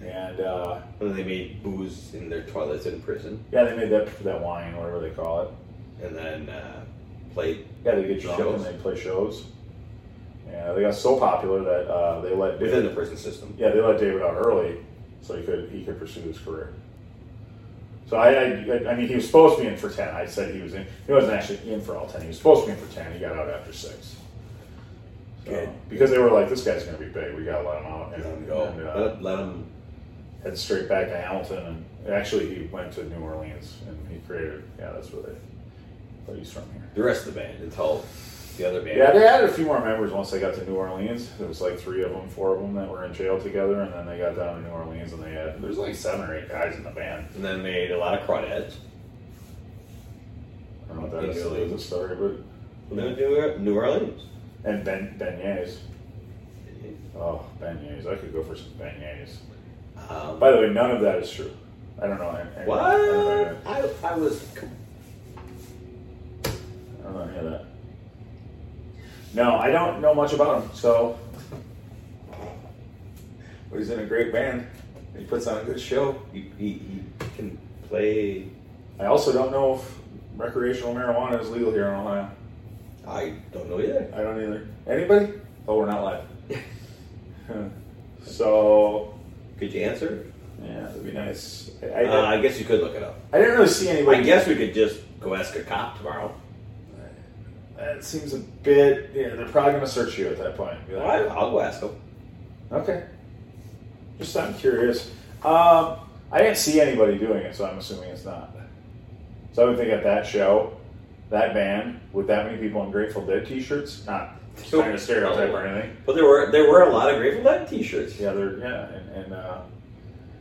and uh,
And they made booze in their toilets in prison,
yeah, they made that that wine, whatever they call it.
and then uh, played.
Yeah, they get drunk
Shows.
and they play shows. Yeah, they got so popular that uh, they let David,
Within the prison system,
yeah they let David out early, so he could he could pursue his career. So I, I I mean he was supposed to be in for ten. I said he was in. He wasn't actually in for all ten. He was supposed to be in for ten. He got out after six. So,
Good.
Because they were like, this guy's going to be big. We got to let him out. And,
let them
then
go.
and, uh,
let, let them.
head straight back to Hamilton. And actually, he went to New Orleans and he created. Yeah, that's where they. But he's from here.
The rest of the band until the other band.
Yeah, they added a few more members once they got to New Orleans. There was like three of them, four of them that were in jail together, and then they got down to New Orleans and they had there's like seven or eight guys in the band.
And then made a lot of crawdads.
I don't know what that is to the story,
And then New, New Orleans.
but and ben, beignets. Oh, beignets! I could go for some beignets.
Um,
By the way, none of that is true. I don't know. I, I,
what?
I don't know.
I, I was.
I don't know any of that. No, I don't know much about him. So, but he's in a great band. He puts on a good show.
He, he, he can play.
I also don't know if recreational marijuana is legal here in Ohio.
I don't know either.
I don't either. Anybody? Oh, we're not live. so,
Could you answer?
yeah, it'd be nice. I, I,
Uh, I guess you could look it up.
I didn't really see
I
anybody.
guess we could just go ask a cop tomorrow.
that seems a bit. Yeah, they're probably gonna search you at that point. Be like,
I, I'll go ask him.
Okay. Just I'm curious. Um, I didn't see anybody doing it, so I'm assuming it's not. So I would think at that show, that band with that many people in Grateful Dead T-shirts, not trying to stereotype or anything.
But there were there were a lot of Grateful Dead T-shirts.
Yeah, they're yeah, and, and uh,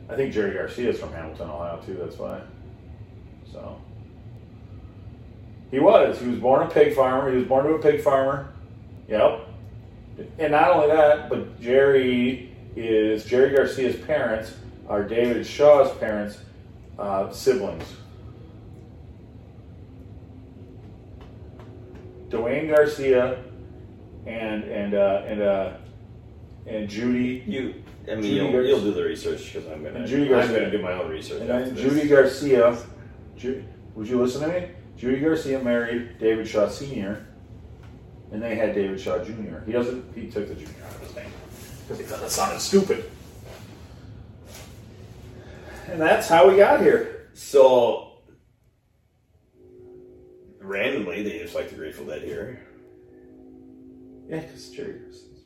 I think Jerry Garcia's from Hamilton, Ohio too. That's why. So he was. He was born a pig farmer. He was born to a pig farmer. Yep. And not only that, but Jerry is Jerry Garcia's parents are David Shaw's parents' uh, siblings. Dwayne Garcia and and uh, and uh, and Judy
You, I mean,
Judy
you'll,
Garcia.
you'll do the research because I'm gonna.
And Judy
I'm
Garcia.
gonna do my own research.
And
after
then
this.
Judy Garcia, Ju- would you listen to me? Judy Garcia married David Shaw Sr. and they had David Shaw Jr. He doesn't. He took the junior out of his name because he thought that sounded stupid. And that's how we got here.
So randomly, they just like the Grateful Dead here,
Yeah, because Jerry Garcia's.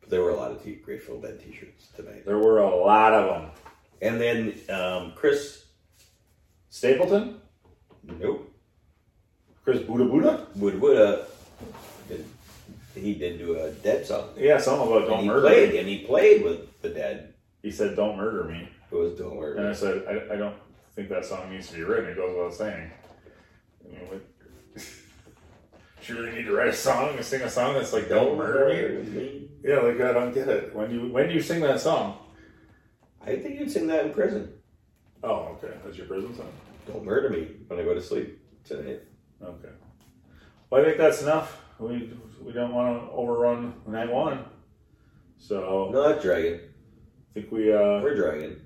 but there were a lot of t- Grateful Dead T-shirts tonight.
There were a lot of them.
And then um, Chris,
Stapleton,
nope,
Chris Buddha Buddha.
would would uh, did, he did do a Dead song.
Yeah, something about
And
don't
he
murder.
played,
me.
and he played with the Dead.
He said don't murder me,
It was Don't Worry.
and I said I, I don't think that song needs to be written. It goes without saying. I mean, what, Do you really need to write a song and sing a song that's like "Don't Murder Me"?
me.
Yeah, like I don't get it. When you when do you sing that song?
I think you'd sing that in prison.
Oh, okay, that's your prison song.
Don't murder me when I go to sleep tonight.
Okay. Well, I think that's enough. We we don't want to overrun night one, so
No, that's Dragon.
I think we. uh
We're Dragon.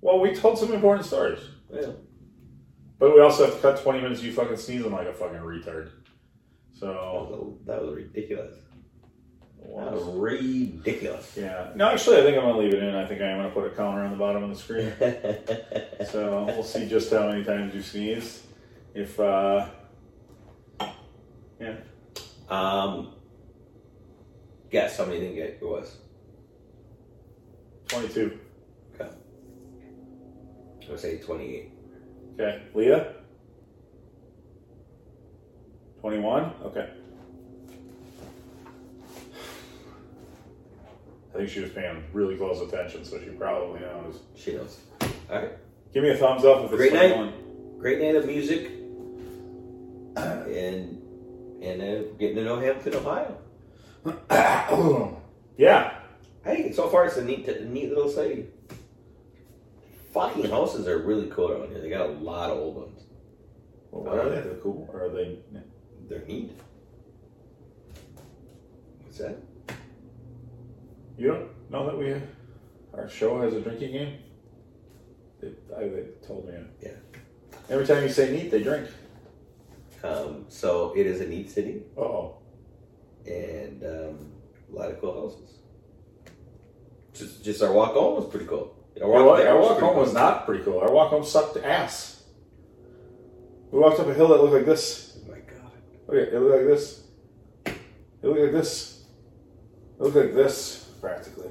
Well, we told some important stories.
Yeah.
But we also have to cut 20 minutes of you fucking sneezing like a fucking retard.
That
So,
was, that was ridiculous. That was ridiculous.
yeah. No, actually, I think I'm going to leave it in. I think I am going to put a counter on the bottom of the screen. so we'll see just how many times you sneeze. If, uh, yeah.
um, guess how many you think it was?
22.
Okay. I would say 28.
Okay. Leah? 21? Okay. I think she was paying really close attention, so she probably knows.
She knows. All right.
Give me a thumbs up if it's
Great night.
21.
Great night of music. and and uh, getting to know Hampton, Ohio.
yeah.
Hey, so far it's a neat, neat little city. Fucking houses are really cool around here. They got a lot of old ones.
Well, are they? They're cool. Or are they?
They're neat. What's that?
You don't know that we our show has a drinking game. They, I, they told me.
Yeah.
Every time you say neat, they drink.
Um, so it is a neat city
Oh,
and um, a lot of cool houses. Just, just our walk home was pretty cool. Our
our,
there
our walk
pretty
home
cool.
was not pretty cool. Our walk home sucked ass. We walked up a hill that looked like this.
Oh my god.
Okay, it looked like this. It looked like this. It looked like this practically.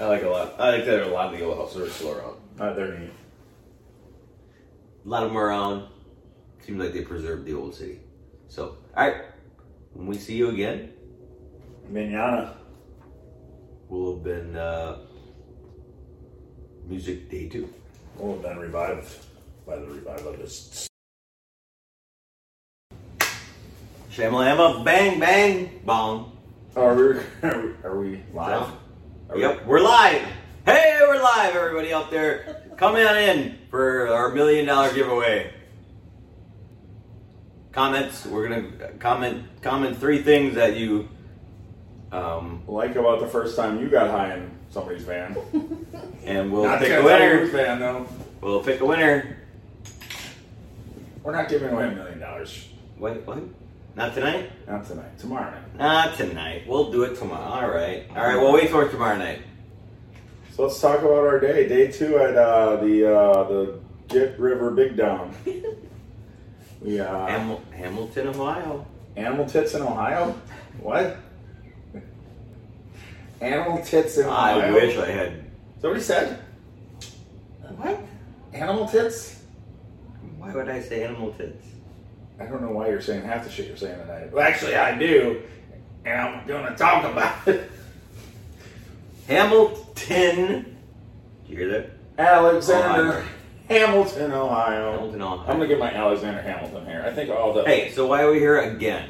I like a lot. I like that a lot of the old houses are still around.
Uh, they're neat.
A lot of them are around. Seems like they preserved the old city. So, all right. When we see you again,
Manana.
will have been uh, music day two.
Well, then revived by the revivalists.
Shamalama, bang, bang, bong.
Are we, are we, are we live? Are we-
Yep, we're live. Hey, we're live, everybody out there. Come on in for our million dollar giveaway. Comments. We're gonna comment comment three things that you um,
like about the first time you got high in somebody's van.
and we'll
Not
pick
gonna
a
tell you whose
winner.
van, though.
We'll pick a winner.
We're not giving away a million dollars.
Wait, what? Not tonight?
Not tonight. Tomorrow night.
Not tonight. We'll do it tomorrow. All right. All right. We'll wait for tomorrow night.
So let's talk about our day. Day two at uh, the uh, the Get River Big Down. we uh,
Hamil- Hamilton, Ohio.
animal tits in Ohio. What? Animal tits in
I
Ohio.
wish I had.
Somebody said
What?
animal tits.
Why would I say animal tits?
I don't know why you're saying half the shit you're saying tonight. Well, actually, I do, and I'm gonna talk about it.
Hamilton. Do you hear that?
Alexander
Ohio.
Hamilton, Ohio.
Hamilton, Ohio.
I'm gonna get my Alexander Hamilton here. I think all the.
Hey, so why are we here again?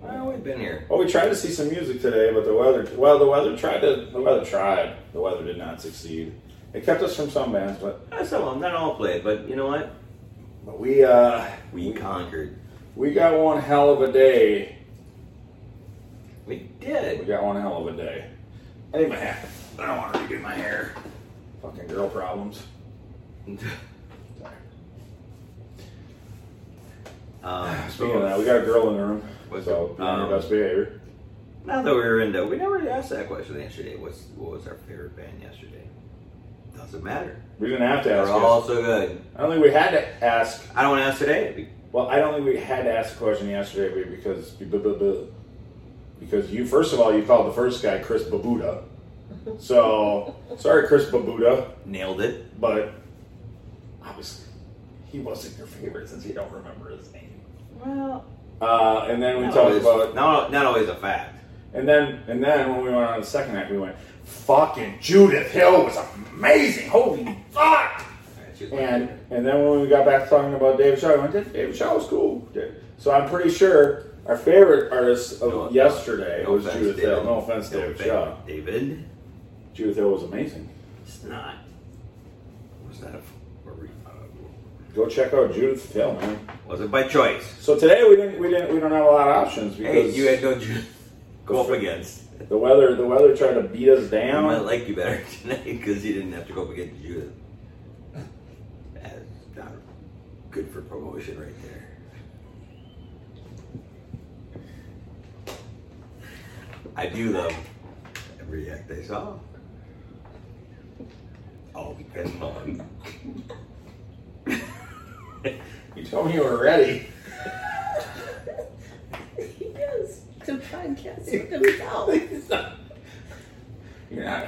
Why have we been here?
Well, we tried to see some music today, but the weather. Well, the weather tried to. The weather tried. The weather did not succeed. It kept us from some bands, but
Uh, Some of them, not all played, but you know what?
but we uh
We conquered.
we got one hell of a day.
We
We
did.
got one hell of a day. Anyway, I don't want to redo my hair. Fucking girl problems. Sorry.
Um,
Speaking of that, we got a girl in the room,
What's
so
up?
be on
Um,
your best behavior.
now that we were into, we never asked that question yesterday. What's what was our favorite band yesterday? Doesn't matter.
We didn't have to
They're
ask.
all
Yes.
so good.
I don't think we had to ask
I don't want to ask today.
Well, I don't think we had to ask the question yesterday we- because b- b- b- because you first of all you called the first guy Chris Babuda, so sorry Chris Babuda,
Nailed it.
but I was he wasn't your favorite since you don't remember his name.
Well,
Uh, and then we talked
always,
about
not, not always a fact.
and then and then when we went on the second act we went fucking Judith Hill was amazing holy fuck. And and then when we got back to talking about David Shaw, I went, David Shaw was cool. So I'm pretty sure our favorite artist of
No,
yesterday
no
was
offense,
Judith
David.
Hill. No offense,
No
David
offense,
Shaw.
David,
Judith Hill was amazing.
it's not. Was that a, a re- uh,
Go check out Judith Hill, man.
was it by choice?
So today we didn't we didn't we don't have a lot of options
Hey,
because
you had no ju- go up against.
the weather the weather tried to beat us
I might
down.
like you better tonight because you didn't have to go up against Judith. As Good for promotion right there. I do love every act I saw. All depends on. you told me you were ready.
He does the podcast with himself.
You're not,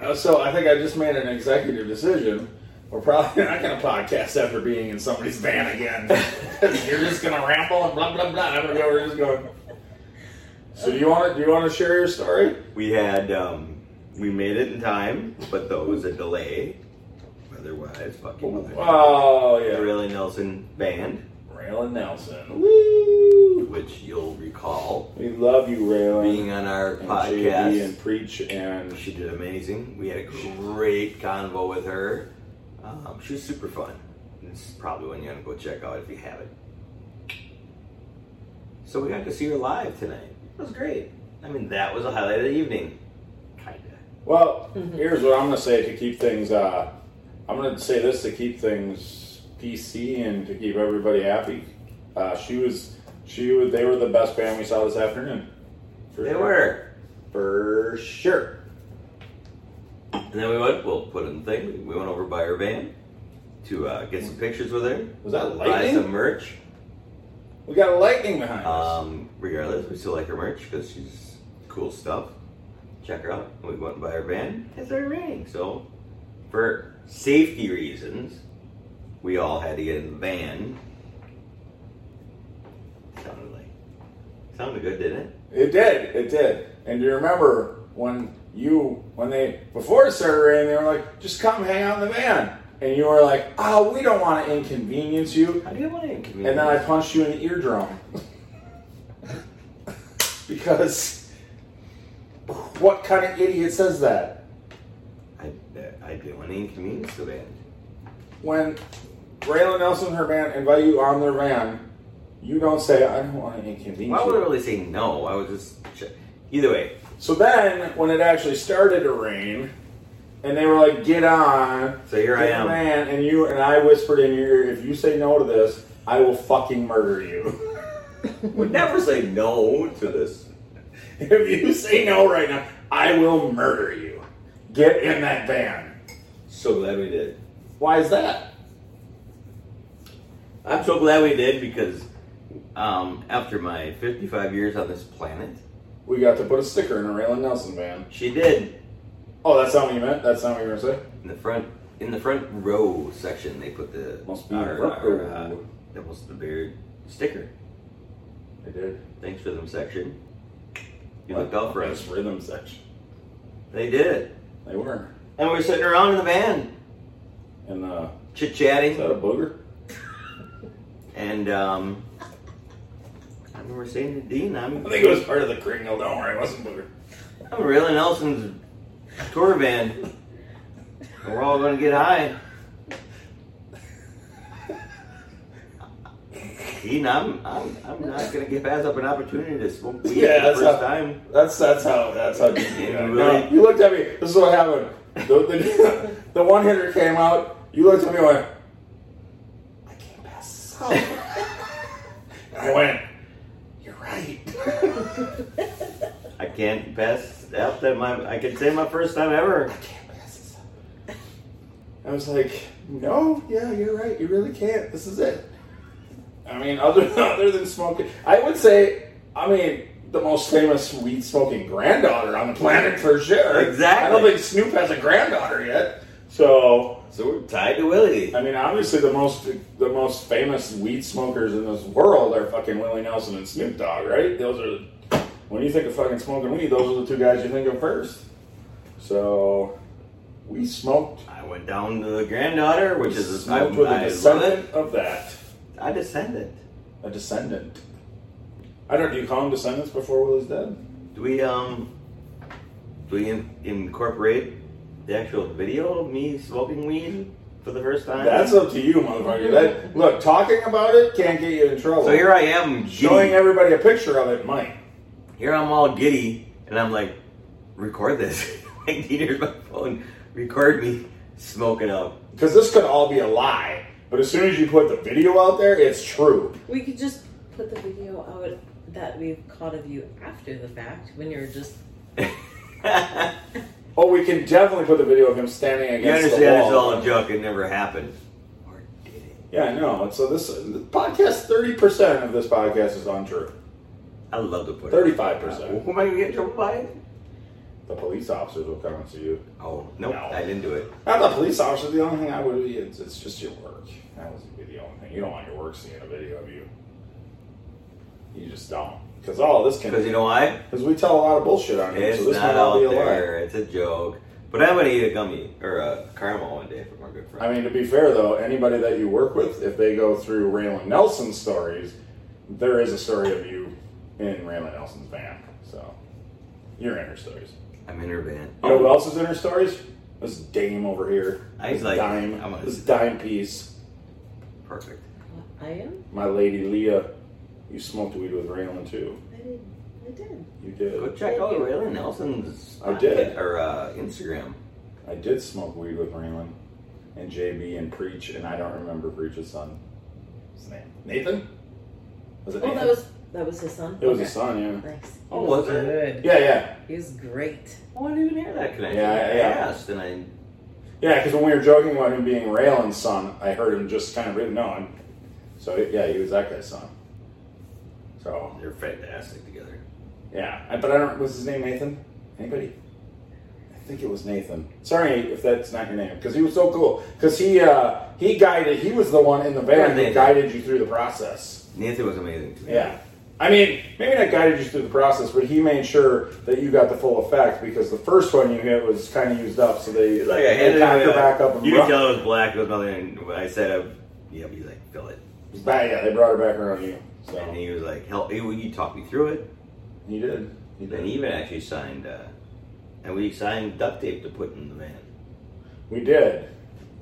uh, so I think I just made an executive decision. We're probably not going to podcast after being in somebody's van again. You're just going to ramble and blah blah blah. I'm gonna go, we're just going. So do you want to do you want to share your story?
We had um, we made it in time, but there was a delay. Otherwise, fucking mother.
Oh
The
yeah,
Riley Nelson band,
Raylan Nelson.
Woo! which you'll recall
We love you, Raylan.
being on our
And JD
podcast.
and preach and
She did amazing. We had a great convo with her. Um, she was super fun. This is probably one you gotta go check out if you haven't. So we got to see her live tonight. It was great. I mean, that was a highlight of the evening. Kinda.
Well, here's what I'm gonna say to keep things. Uh, I'm gonna say this to keep things PC and to keep everybody happy. Uh, she was, she was. They were the best band we saw this afternoon. For
They
sure.
were.
for sure.
And then we went, we'll put in the thing. We went over by her van to uh, get some pictures with her.
Was that
Buy
lightning?
some merch.
We got lightning behind us.
Um, regardless, we still like her merch because she's cool stuff. Check her out. We went by her van. It started raining. So, for safety reasons, we all had to get in the van. Sounded like. Sounded good, didn't it?
It did. It did. And do you remember when you when they before it started raining, they were like, "Just come hang out in the van," and you were like, "Oh, we don't want to inconvenience you."
I didn't want to inconvenience.
And then I punched you in the eardrum. because what kind of idiot says that?
I, I didn't want to inconvenience the van.
When Raylan Nelson and her band invite you on their van, you don't say, I don't want to inconvenience
Why would I
you.
really say no? I was just. ch- Either way,
So then, when it actually started to rain, and they were like, get on.
So here I
get in the
am.
Van, and you and I whispered in your ear, if you say no to this, I will fucking murder you.
would never say no to this.
if you say no right now, I will murder you. Get in that van.
So glad we did.
Why is that?
I'm so glad we did because um, after my 55 years on this planet,
We got to put a sticker in a Raylan Nelson van.
she did
Oh, that's not what you meant. That's not what you were gonna say.
in the front in the front row section. They put the
Must be
our,
front
our,
row.
uh, that was the beard sticker.
I did.
Thanks for them section. You looked out for us.
rhythm section.
They did it,
They were.
and we were sitting around in the van,
And uh,
chit
is
chatting.
that a booger?
And um, I remember saying to Dean, I'm,
it was part of the kringle. Don't worry, it wasn't booger.
I'm Raylan Oh, Nelson's tour van. And we're all going to get high. Dean, I'm, I'm, I'm not going to give pass up an opportunity to smoke weed
Yeah,
for the
that's
first
how-
time.
That's that's how that's how. You,
Yeah,
No,
really.
you looked at me. This is what happened. The, the, the one hitter came out. You looked at me and went, I can't pass this up. and I went, You're right.
I can't pass up that my, I can say my first time ever.
I was like, no, yeah, you're right. You really can't. This is it. I mean, other other than smoking, I would say, I mean, the most famous weed smoking granddaughter on the planet for sure.
Exactly.
I don't think Snoop has a granddaughter yet. So,
So we're tied to Willie.
I mean, obviously, the most the most famous weed smokers in this world are fucking Willie Nelson and Snoop Dogg, right? Those are the- when you think of fucking smoking weed, those are the two guys you think of first. So, we smoked
I went down to the granddaughter, which is I,
Smoked with
I
a
love it.
descendant of that.
I descended.
A descendant. I don't. Do you call them descendants before Willie's dead?
Do we um do we in, incorporate the actual video of me smoking weed for the first time?
That's up to you, motherfucker. That, look, talking about it can't get you in trouble.
so here I am
showing
giddy.
everybody a picture of it might.
Here I'm all giddy, and I'm like, record this. like, here's my phone. Record me smoking up.
Because this could all be a lie. But as soon as you put the video out there, it's true.
We could just put the video out that we've caught of you after the fact when you're just.
Oh, we can definitely put the video of him standing
You
against
understand
the wall.
it's all a joke. It never happened. Or did it?
Yeah, I know. And so this the podcast, thirty percent of this podcast is untrue.
I love to put it.
35%.
Well, who am I going to get in trouble by it?
The police officers will come and see you.
Oh, nope,
No.
I didn't do it.
Not the police officer. The only thing I would be it's, it's just your work. That was be the only thing. You don't want your work seeing a video of you. You just don't. Because all this can
Because you know why?
because we tell a lot of bullshit on here.
It's
So this might
not
all
out
be a lie.
there. It's a joke. But I'm going to eat a gummy or a caramel one day from our good friend.
I mean, to be fair though, anybody that you work with, if they go through Raylan Nelson's stories, there is a story of you in Raylan Nelson's van. So you're in her stories.
I'm in her van. Oh,
You know who else is in her stories? This dame over here.
I
This
like-
dime.
I'm gonna-
this dime piece.
Perfect.
I am.
My lady Leah. You smoked weed with Raylan too.
I did. I did.
You
Go
did.
check out Raylan Nelson's
I did.
podcast- or uh, Instagram.
I did smoke weed with Raylan and JB and Preach, and I don't remember Preach's son. His name Nathan. Was it
Oh,
Nathan?
that was that was his son.
It was
Okay.
his son, yeah.
Nice.
Oh,
He
was it?
good?
Yeah, yeah,
He was great.
Oh, I didn't even hear that connection.
Yeah,
I
yeah.
asked and I.
yeah. Because when we were joking about him being Raylan's son, I heard him just kind of written on. So yeah, he was that guy's son. So
They're fantastic together.
Yeah, I- but I don't. Was his name Nathan? Anybody? I think it was Nathan. Sorry if that's not your name, because he was so cool. Because he uh, he guided. He was the one in the
Yeah, Nathan.
van that guided you through the process.
Nathan was amazing too.
Yeah. I mean, maybe not guided you through the process, but he made sure that you got the full effect because the first one you hit was kind of used up, so they
It's like I
they
handed
packed
him
her
a-
back up and
You
brought,
could tell it was black. It was nothing. And I said, uh, "Yeah," but he's like, "Fill it,"
Bah, yeah, they brought her back around you.
and
So
he was like, "Help!" He, he talked me through it.
he did. He
And
did.
he even actually signed, uh, and we signed duct tape to put in the van.
We did.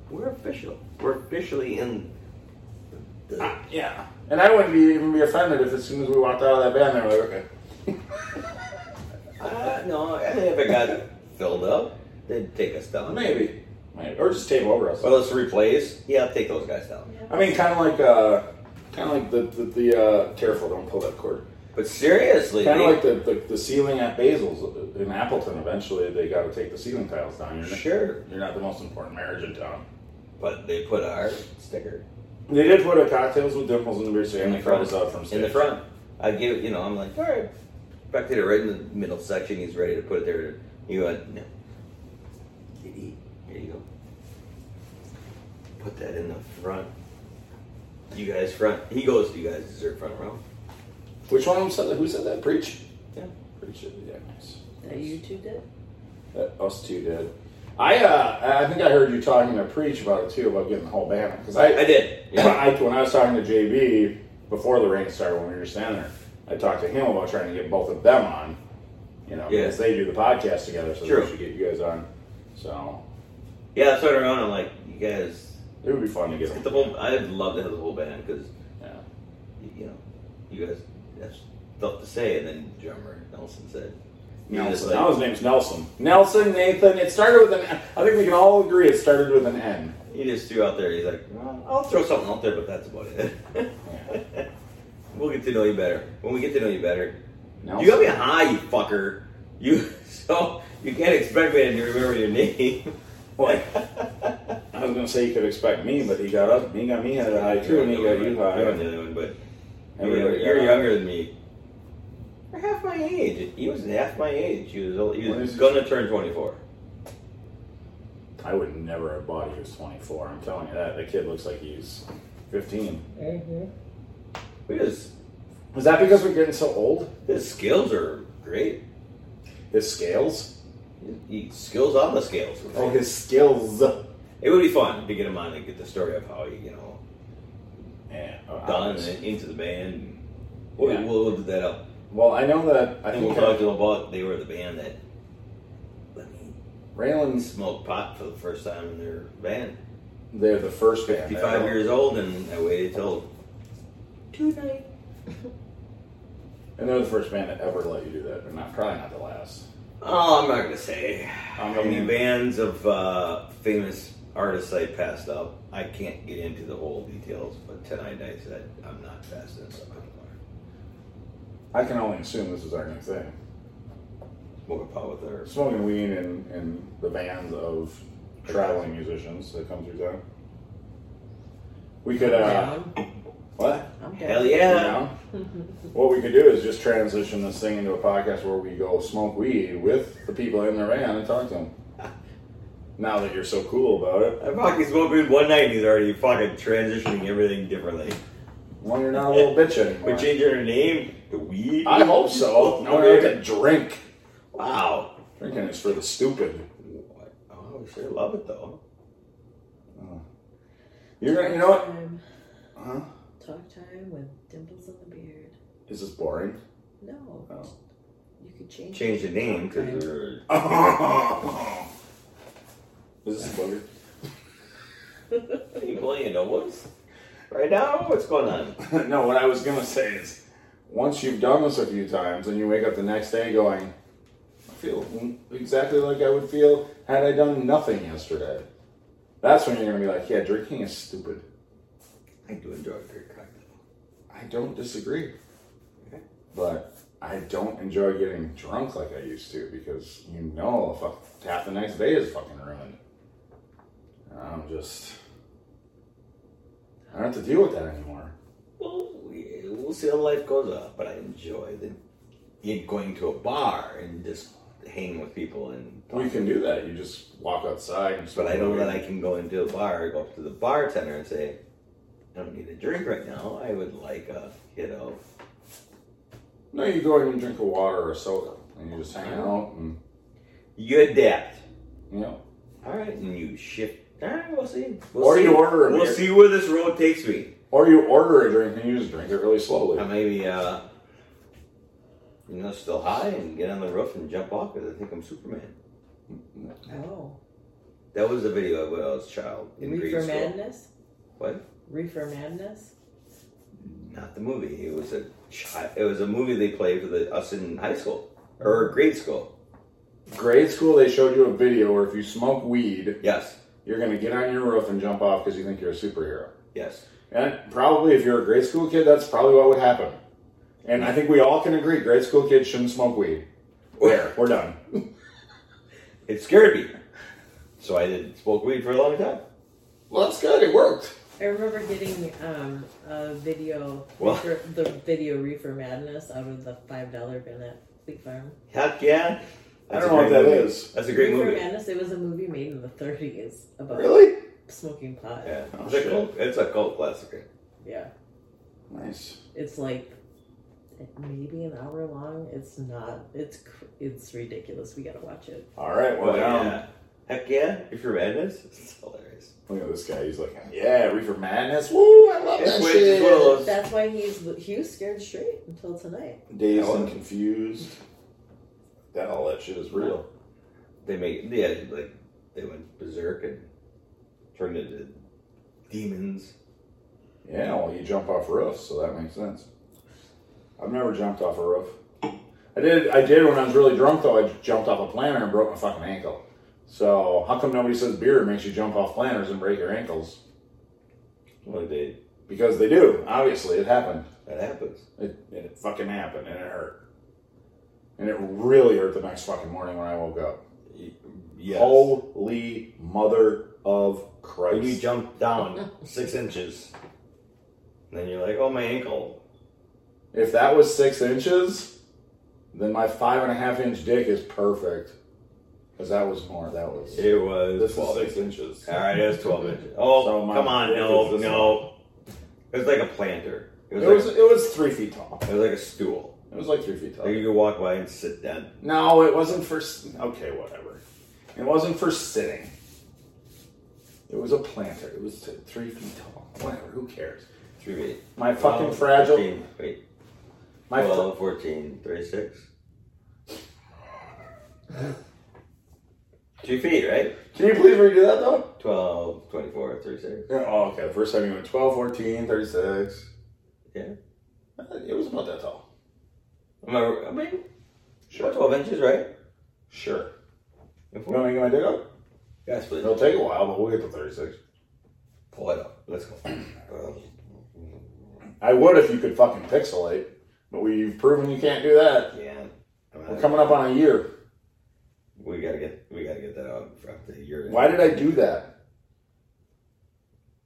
We're official. We're officially in. The,
Uh, yeah. And I wouldn't be, even be offended if as soon as we walked out of that van, they were like, okay.
uh, no, I think if it got filled up, they'd take us down.
Maybe. Maybe. Or just tape over us.
Well, let's replace. Yeah, take those guys down.
I mean, kind of like, uh, kind of like the the, the uh, careful, don't pull that cord.
But seriously,
Kind of
they-
like the, the the ceiling at Basil's uh, in Appleton. Eventually, they got to take the ceiling tiles down. You're
sure.
you're not the most important marriage in town.
But they put our sticker
They did put a cocktails with dimples in the beer stand
in the
and brought
front.
us out from
in
stage.
the front. I give it. You know, I'm like, all right. Spectator right in the middle section. He's ready to put it there. He went, no. Idiot. Here you go. Put that in the front. You guys front. He goes, do you guys deserve front row?
Which one of them said that? Who said that? Preach.
Yeah.
Preach it. Yeah, nice.
That you two did.
That us two did. I uh, I think I heard you talking to Preach about it too about getting the whole band because I
I did. Yeah.
I, when I was talking to JB before the rain started, when we were standing there, I talked to him about trying to get both of them on. You know,
Yeah.
because they do the podcast together, so
True.
they should get you guys on. So
yeah, that's what I around. I'm like, you guys,
it would be fun to get
get the
them.
whole, I'd love to have the whole band because,
Yeah.
you know, you guys have stuff to say. And then drummer Nelson said, he was
Nelson.
like-
Now his name's Nelson. Nelson Nathan. It started with an. I think we can all agree it started with an N.
He just threw out there. He's like, well, I'll throw something out there, but that's about it. we'll get to know you better. When we get to know you better,
Nelson.
you got me high, you fucker. You so you can't expect me to remember your name.
Boy, I was gonna say you could expect me, but he got up. He got me at a high too, and he got you
You're on the
high.
other one, but you're,
Everybody got
you're
high.
younger than me. You're half my age. He was half my age. He was old- he
What
was
is-
gonna turn 24.
I would never have bought he was 24. I'm telling you that. The kid looks like he's 15.
We just
Was that because we're getting so old?
his skills are great.
His scales?
He, he skills on the scales.
Oh, his skills.
It would be fun to get him on and get the story of how he, you know,
Yeah. uh,
done eh? and into the band. We'll,
Yeah.
we'll, we'll do that up.
Well, I know that. I
And we'll
think
talk to them about they were the band that let me
Raylan's.
smoked pot for the first time in their band.
They're the first band.
55 years old, and I waited till
Tonight.
And they're the first band that ever let you do that. They're not probably not the last.
oh, I'm not gonna say
I
how many
mean-
bands of uh, famous artists I passed up. I can't get into the whole details, but tonight I said I'm not passing this up anymore.
I can only assume this is our new thing.
Smoke a pot with her.
Smoking weed in, in the vans of traveling musicians that come through town. We could, uh, what?
I'm down.
Hell
You
yeah!
know? what we could do is just transition this thing into a podcast where we go smoke weed with the people in the van and talk to them. Now that you're so cool about it,
That fucking smoking one night. He's already fucking transitioning everything differently.
well, you're not a little bitch anymore.
We're changing her name to Weed.
I hope so. No, we have to drink.
Wow.
Drinking is for the stupid.
Oh, I sure love it though.
You're gonna, you know what?
Time.
Huh?
Talk time with dimples on the beard.
Is this boring?
No, you could change.
Oh. Change the name because we're
Oh. Is this bugger?
Are you playing Elvis? Right now? What's going on?
no, what I was gonna say is, once you've done this a few times and you wake up the next day going, I feel exactly like I would feel had I done nothing yesterday. That's when you're gonna be like, yeah, drinking is stupid.
I do enjoy a great cocktail.
I don't disagree, but I don't enjoy getting drunk like I used to because you know, fuck, half the next day is fucking ruined. I'm just, I don't have to deal with that anymore.
Well, we- we'll see how life goes up, but I enjoy the you going to a bar and just hanging with people and
We can do that. You just walk outside. And
But I know that I can go into a bar, go up to the bartender and say, I don't need a drink right now. I would like a, you know,
No, you go in and drink a water or a soda, and you just hang out, and
you adapt.
you know.
All right, and you shift. All right, we'll see. We'll
Or
see.
you order a
We'll
beer.
see where this road takes me.
Or you order a drink and you just drink it really slowly.
I maybe, uh, you know, still high and get on the roof and jump off because I think I'm Superman.
Oh,
That was the video when I was a child in
reefer
grade school.
madness.
What?
Reefer madness.
Not the movie. It was a chi- it was a movie they played for the us in high school or grade school.
Grade school, they showed you a video where if you smoke weed,
Yes,
you're gonna get on your roof and jump off because you think you're a superhero.
yes.
And probably, if you're a grade school kid, that's probably what would happen. And I think we all can agree, grade school kids shouldn't smoke weed. There, we're done.
It scared me, so I didn't smoke weed for a long time.
Well, that's good. It worked.
I remember getting um, a video,
What?
reefer, the video reefer madness out of the five dollar bin at Fleet Farm.
Heck yeah! That's
I don't
a
know what
great
that
movie.
is.
That's a great
reefer
movie.
madness. It was a movie made in the thirties about
Really?
smoking pot.
Yeah,
Oh,
it's, a
shit.
cult, it's a cult classic.
Yeah.
Nice.
it's like maybe an hour long. It's not. It's cr- it's ridiculous. We gotta watch it.
All right. Well,
Oh,
now-
yeah. Heck yeah! If you're madness, it's hilarious.
Look at this guy. He's like, yeah, Reefer Madness. Woo, I love
It's
that
way- it's
shit.
one of those-
That's why he's he was scared straight until tonight.
Dazed
That
and
one.
confused. That all that shit is real.
they make yeah like they went berserk and turned into demons.
Yeah, well, you jump off roofs, so that makes sense. I've never jumped off a roof. I did. I did when I was really drunk, though. I jumped off a planter and broke my fucking ankle. So how come nobody says beer makes you jump off planters and break your ankles?
Well, they
Because they do. Obviously, it happened.
that happens.
It, it fucking happened, and it hurt. And it really hurt the next fucking morning when I woke up.
Y- Yes.
Holy mother of Christ.
when you jump down six inches, and then you're like, oh my ankle.
if that was six inches, then my five and a half inch dick is perfect. Because that was more. That was.
It was
This was
twelve.
six inches.
All right, it was twelve inches. Oh
So my
come on,
dick is
no,
this
no. It was like a planter. It
It
was,
was,
like,
it was three feet tall.
it was like a stool.
It was like three feet tall.
Like you could walk by and sit down.
No, it wasn't for. s- Okay, whatever. It wasn't for sitting. It was a planter. It was t- three feet tall. Whatever. Who cares?
Three feet.
My fucking
12,
fragile.
13, wait,
My fr-
12, 14, 36. Two feet, right?
Can you please redo that though?
12, 24, 36.
Yeah, oh, okay. The first time you went 12, 14, 36.
Yeah.
Uh, It was about that tall.
Am I, I mean,
Sure.
we're 12 inches, right?
Sure.
If
You
we're-
want me to get my dick up?
Yes, but
It'll take a while, but we'll get to 36.
pull it up. Let's go. Um,
I would if you could fucking pixelate, but we've proven you can't do that.
yeah.
We're coming up on a year.
We gotta get we gotta get that out for the year.
Why did I do that?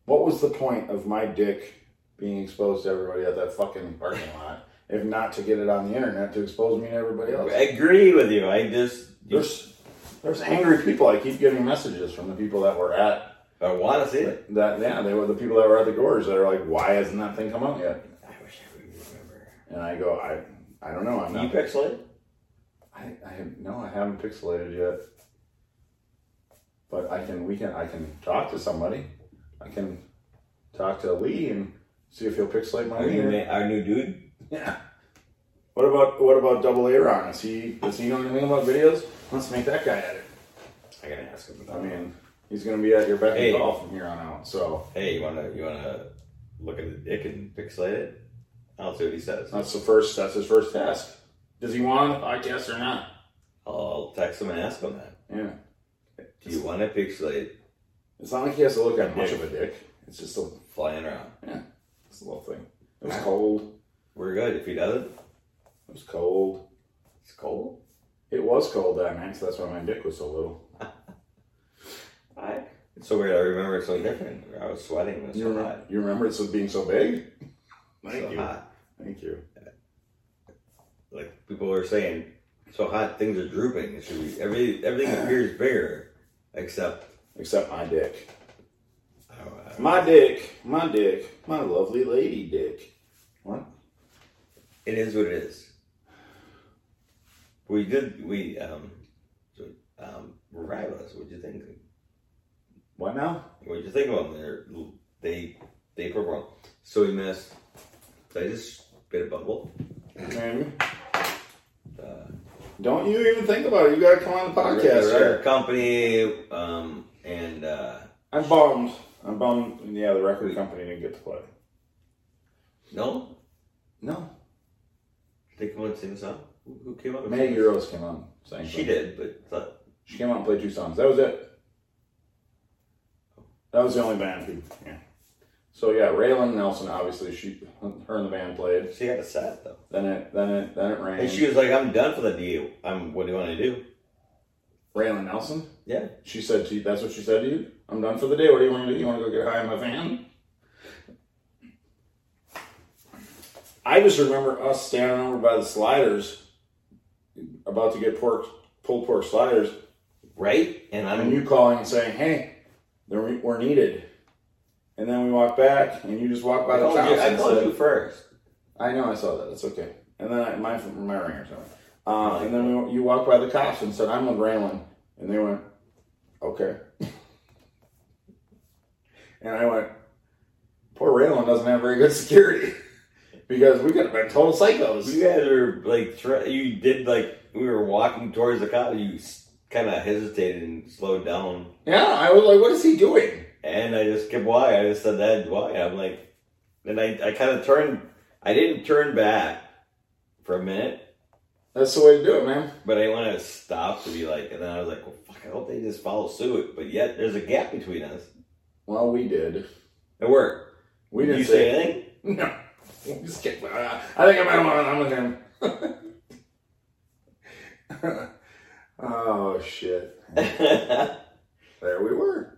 What was the point of my dick being exposed to everybody at that fucking parking lot if not to get it on the internet to expose me to everybody else?
I agree with you. I just
There's there's angry people. I keep getting messages from the people that were at
I want to see it.
that. Yeah, they were the people that were at the gorge that are like, why hasn't that thing come out yet?
I wish I would remember.
And I go, I I don't know. I'm
You
not.
pixelated?
I, I have, no, I haven't pixelated yet. But I can we can I can talk to somebody. I can talk to Lee and see if he'll pixelate my
Our new,
wiener.
ma- our new dude.
Yeah. What about what about Double Aaron? Is he does he know anything about videos? Let's make that guy edit.
I gotta ask him.
I mean, he's gonna be at your beck
Hey.
and call from here on out. So
hey, you wanna you wanna look at the dick and pixelate it? I'll see what he says.
that's the first that's his first task. Does he want on the podcast or not?
I'll text him and ask him that.
Yeah.
Do you want to pixelate
It's not like he has to look at much of a dick. It's just a
flying around?
yeah, it's a little thing. It was cold.
We're good. If he doesn't,
It was cold.
it's cold.
It was cold that night, so that's why my dick was so little.
I. It's so weird. I remember it so different. I was sweating. It was
You
so
remember,
hot.
you remember it so being so big? Thank
so
you.
hot.
Thank you.
Like people were saying, so hot things are drooping. It should be every everything appears bigger, except
Except my dick.
I
Oh,
don't know.
My dick. My dick. My lovely lady dick. What?
It is what it is. We did. We um, so, um, rivals. What'd you think?
What now?
What'd you think about them? They're, they they performed. So we missed. Did I just spit a bubble?
Amy?
Uh,
Don't you even think about it. You gotta come on the podcast.
the
Sir.
record company. Um, and uh,
I'm bummed. I'm bummed. Yeah, the record company didn't get to play.
no,
No.
they come and sing a song. Who, who came up? and
Meg
sang?
Euros came on. Sang
She did, but thought,
She came out and played two songs. That was it. That was the only band who. Yeah. So yeah, Raylan Nelson obviously she her and the band played.
she got a set though.
Then it then it then it rained.
And she was like, "I'm done for the deal. I'm. What do you want to do?
Raylan Nelson.
Yeah,
She said to you, that's what she said to you. I'm done for the day. What do you want to do? You want to go get high in my van? I just remember us standing over by the sliders, about to get pork pulled pork sliders,
right." And I'm
and you calling and saying, "Hey, they're, we're needed." And then we walk back, and you just walk by
I
the
told
house.
you, I
and
told
said-
you first.
I know, I saw that. It's okay. And then I, my my ring or something. Uh, and then we, you walked by the cops and said, "I'm with Raylan," and they went, "Okay." and I went, "Poor Raylan doesn't have very good security because we could have been total
You
psychos."
guys were like, tr- you did like, we were walking towards the cop. You kind of hesitated and slowed down,
Yeah, I was like, "What is he doing?"
and I just kept why. I just said that why. I'm like, and I, I kind of turned. I didn't turn back for a minute,
That's the way to do it, man.
but I want to stop to be like, and then I was like, well, fuck. I hope they just follow suit. But yet, there's a gap between us.
Well, we did.
It worked.
We
Did
didn't
you say anything?
No. I'm just kidding. Uh, I think I might want to. I'm with him. oh, shit. There we were.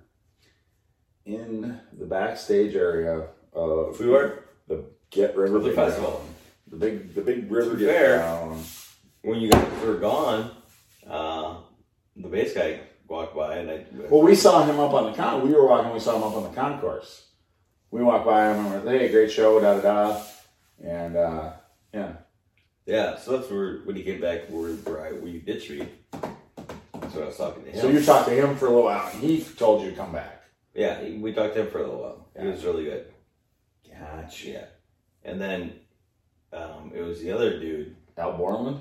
In the backstage area of
we were
the Get River
Of the
Get
festival.
Down. The big, the big river
To be
get
fair.
down.
when you guys were gone. Uh, the bass guy walked by, and I.
Well, we saw him up on the con. We were walking. We saw him up on the concourse. We walked by him and we're like, "Hey, great show!" Da da da. And uh, yeah,
Yeah, so that's where when he came back, where where I we did treat. That's what I was talking to him.
so you talked to him for a little while, and he told you to come back.
yeah, he- we talked to him for a little while. It
Yeah.
was really good.
Gotcha.
Yeah, and then um, it was the other dude,
Al Borland?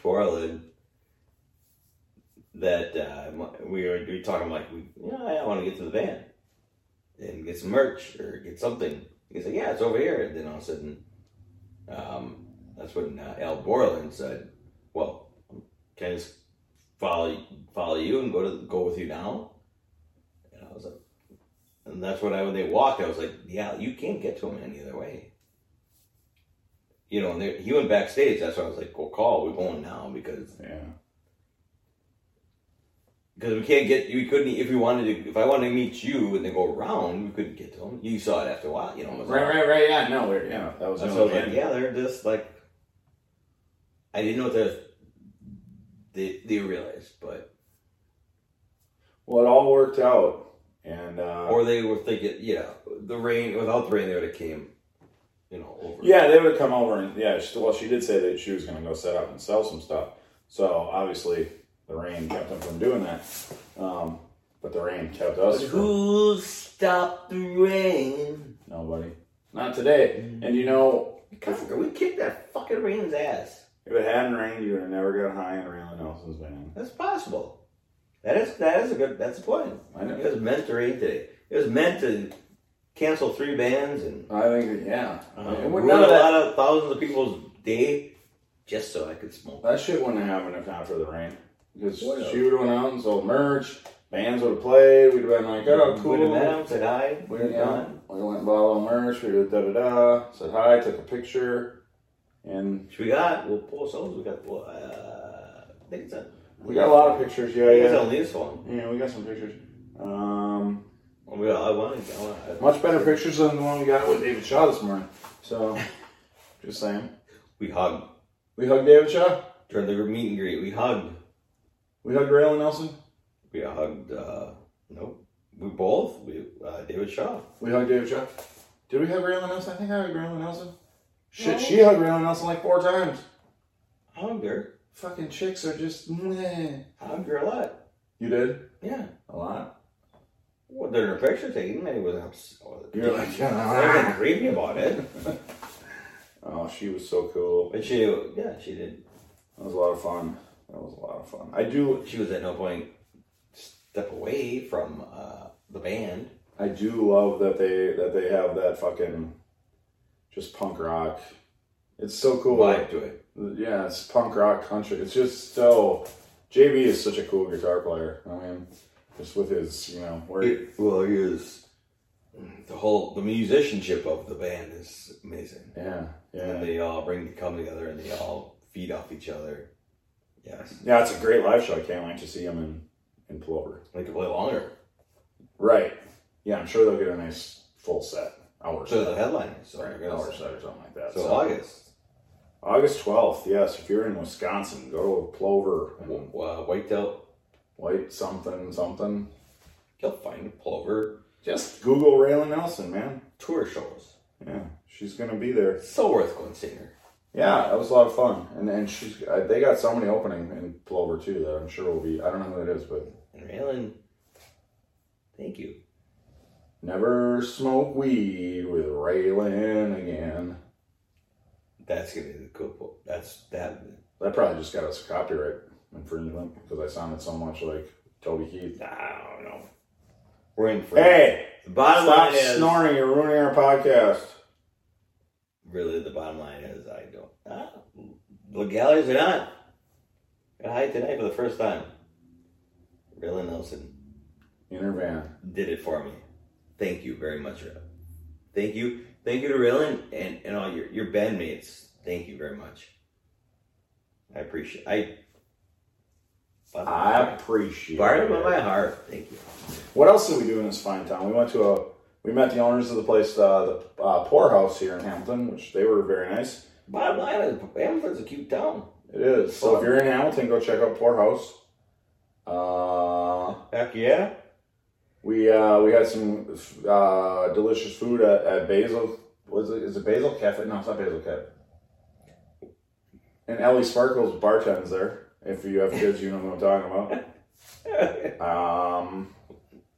Portland, that uh, m- we were we were talking like, we, you know, I want to get to the van and get some merch or get something. He's like, yeah, it's over here. And then all of a sudden, um, that's when uh, Al Borland said, well, can I just follow follow you and go to go with you now? and that's when I when they walked, I was like, yeah, you can't get to him any other way. You know, and they- he went backstage. That's why I was like, well, call. We're going now because
Yeah.
because we can't get we couldn't if we wanted to if I wanted to meet you and then go around, we couldn't get to him. You saw it after a while, you know. it was
Right,
all-
right, right. Yeah, no, we're, yeah, that was.
So I
the
was
only
like,
end.
yeah, they're just like, I didn't know what the they they realized, but
Well, it all worked out, and uh,
or they were thinking, yeah, the rain without the rain, they would have came, you know, over.
yeah, they would have come over and yeah. She, well, she did say that she was going to go set up and sell some stuff. So obviously, the rain kept them from doing that. Um, but the rain kept
But
us from
who stopped the rain?
nobody. Not today. And you know,
Come, we kicked that fucking rain's ass.
if it hadn't rained, you would have never got high in Raylan Nelson's van.
That's possible. That is that is a good. That's a point.
I know.
It was meant to rain today. It was meant to cancel three bands and
I think, that, yeah,
uh,
It would-
ruin
none
a
of that-
lot of thousands of people's day just so I could smoke.
That shit wouldn't have happened if not for the rain. Because
Would have.
she would have went out and sold merch, bands would have played, we'd have been like, oh, cool.
Would have met him, said hi, would have
Yeah.
gone.
We went and bought a merch, we did da da da, said hi, took a picture, and
Which we got, well, poor souls, we got, well, uh, I think it's a,
we got a lot of pictures, yeah,
I think it's
yeah.
only this one.
Yeah, we got some pictures. Um,
Well, we got, I wanted, I wanted.
much better pictures than the one we got with David Shaw this morning. So, just saying.
We hugged,
We hugged David Shaw,
during the meet and greet, we hugged,
we hugged Raylan Nelson,
we hugged, uh, nope, we both, we, uh, David Shaw.
we hugged David Shaw. Did we hug Raylan Nelson? I think I hugged Raylan Nelson. Shit, she hugged Raylan Nelson like four times.
Hugged her,
Fucking chicks are just. Meh.
hugged her a lot,
You did
yeah.
a lot.
Well, during her picture taking, I wasn't upset.
You're like,
I wasn't grieving about it,
oh, she was so cool.
but she, yeah, she did.
That was a lot of fun. That was a lot of fun. I do,
She was at no point step away from uh, the band.
I do love that they that they have that fucking just punk rock. It's so cool.
Vibe to it.
Yeah, it's punk rock country. It's just so. JB is such a cool guitar player. I mean, just with his, you know, where he,
It- well, he was the whole the musicianship of the band is amazing.
yeah,
And
yeah,
they all bring come together and they all feed off each other. Yes,
yeah. It's a great live show. I can't wait to see him in in Plover.
they could play longer.
Right. Yeah, I'm sure they'll get a nice full set. Hour
So the
set.
headline is so
Right,
I
hour
guess.
set or something like that.
So August,
August 12th, yes. If you're in Wisconsin, go to Plover
w-
and
uh, White Out,
White something something.
you'll find Plover
Just Google Raylan Nelson, man.
tour shows.
Yeah, she's gonna be there.
It's so worth going seeing her.
Yeah, that was a lot of fun, and and she's uh, they got so many opening in Plover too that I'm sure will be. I don't know who it is, but
And Raylan, thank you.
never smoke weed with Raylan again.
That's gonna be the cool. po- That's that.
That probably just got us a copyright infringement because I sounded so much like Toby Keith.
I don't know. We're in for
Hey,
The bottom
stop
line is
snoring! You're ruining our podcast.
really the bottom line is I don't. Ah, legalities are not. Got high tonight for the first time. Raylan Nelson
In her van.
did it for me. Thank you very much, Raylan. Thank you, thank you to Raylan and, and all your your bandmates. Thank you very much. I appreciate. I. bottom of my
I
heart.
appreciate
bottom
it.
of my heart. Thank you.
What else did we do in this fine town? We went to a. We met the owners of the place, uh, the uh, poorhouse here in Hamilton, which they were very nice.
Bottom line is Hamilton's a cute town.
It is. So if you're in Hamilton, go check out poorhouse. Uh,
Heck yeah.
we uh, we had some uh, delicious food at, at Basil. Was it is it Basil Cafe? No, it's not Basil Cafe. And Ellie Sparkles bartends there. If you have kids, you know what I'm talking about. Um,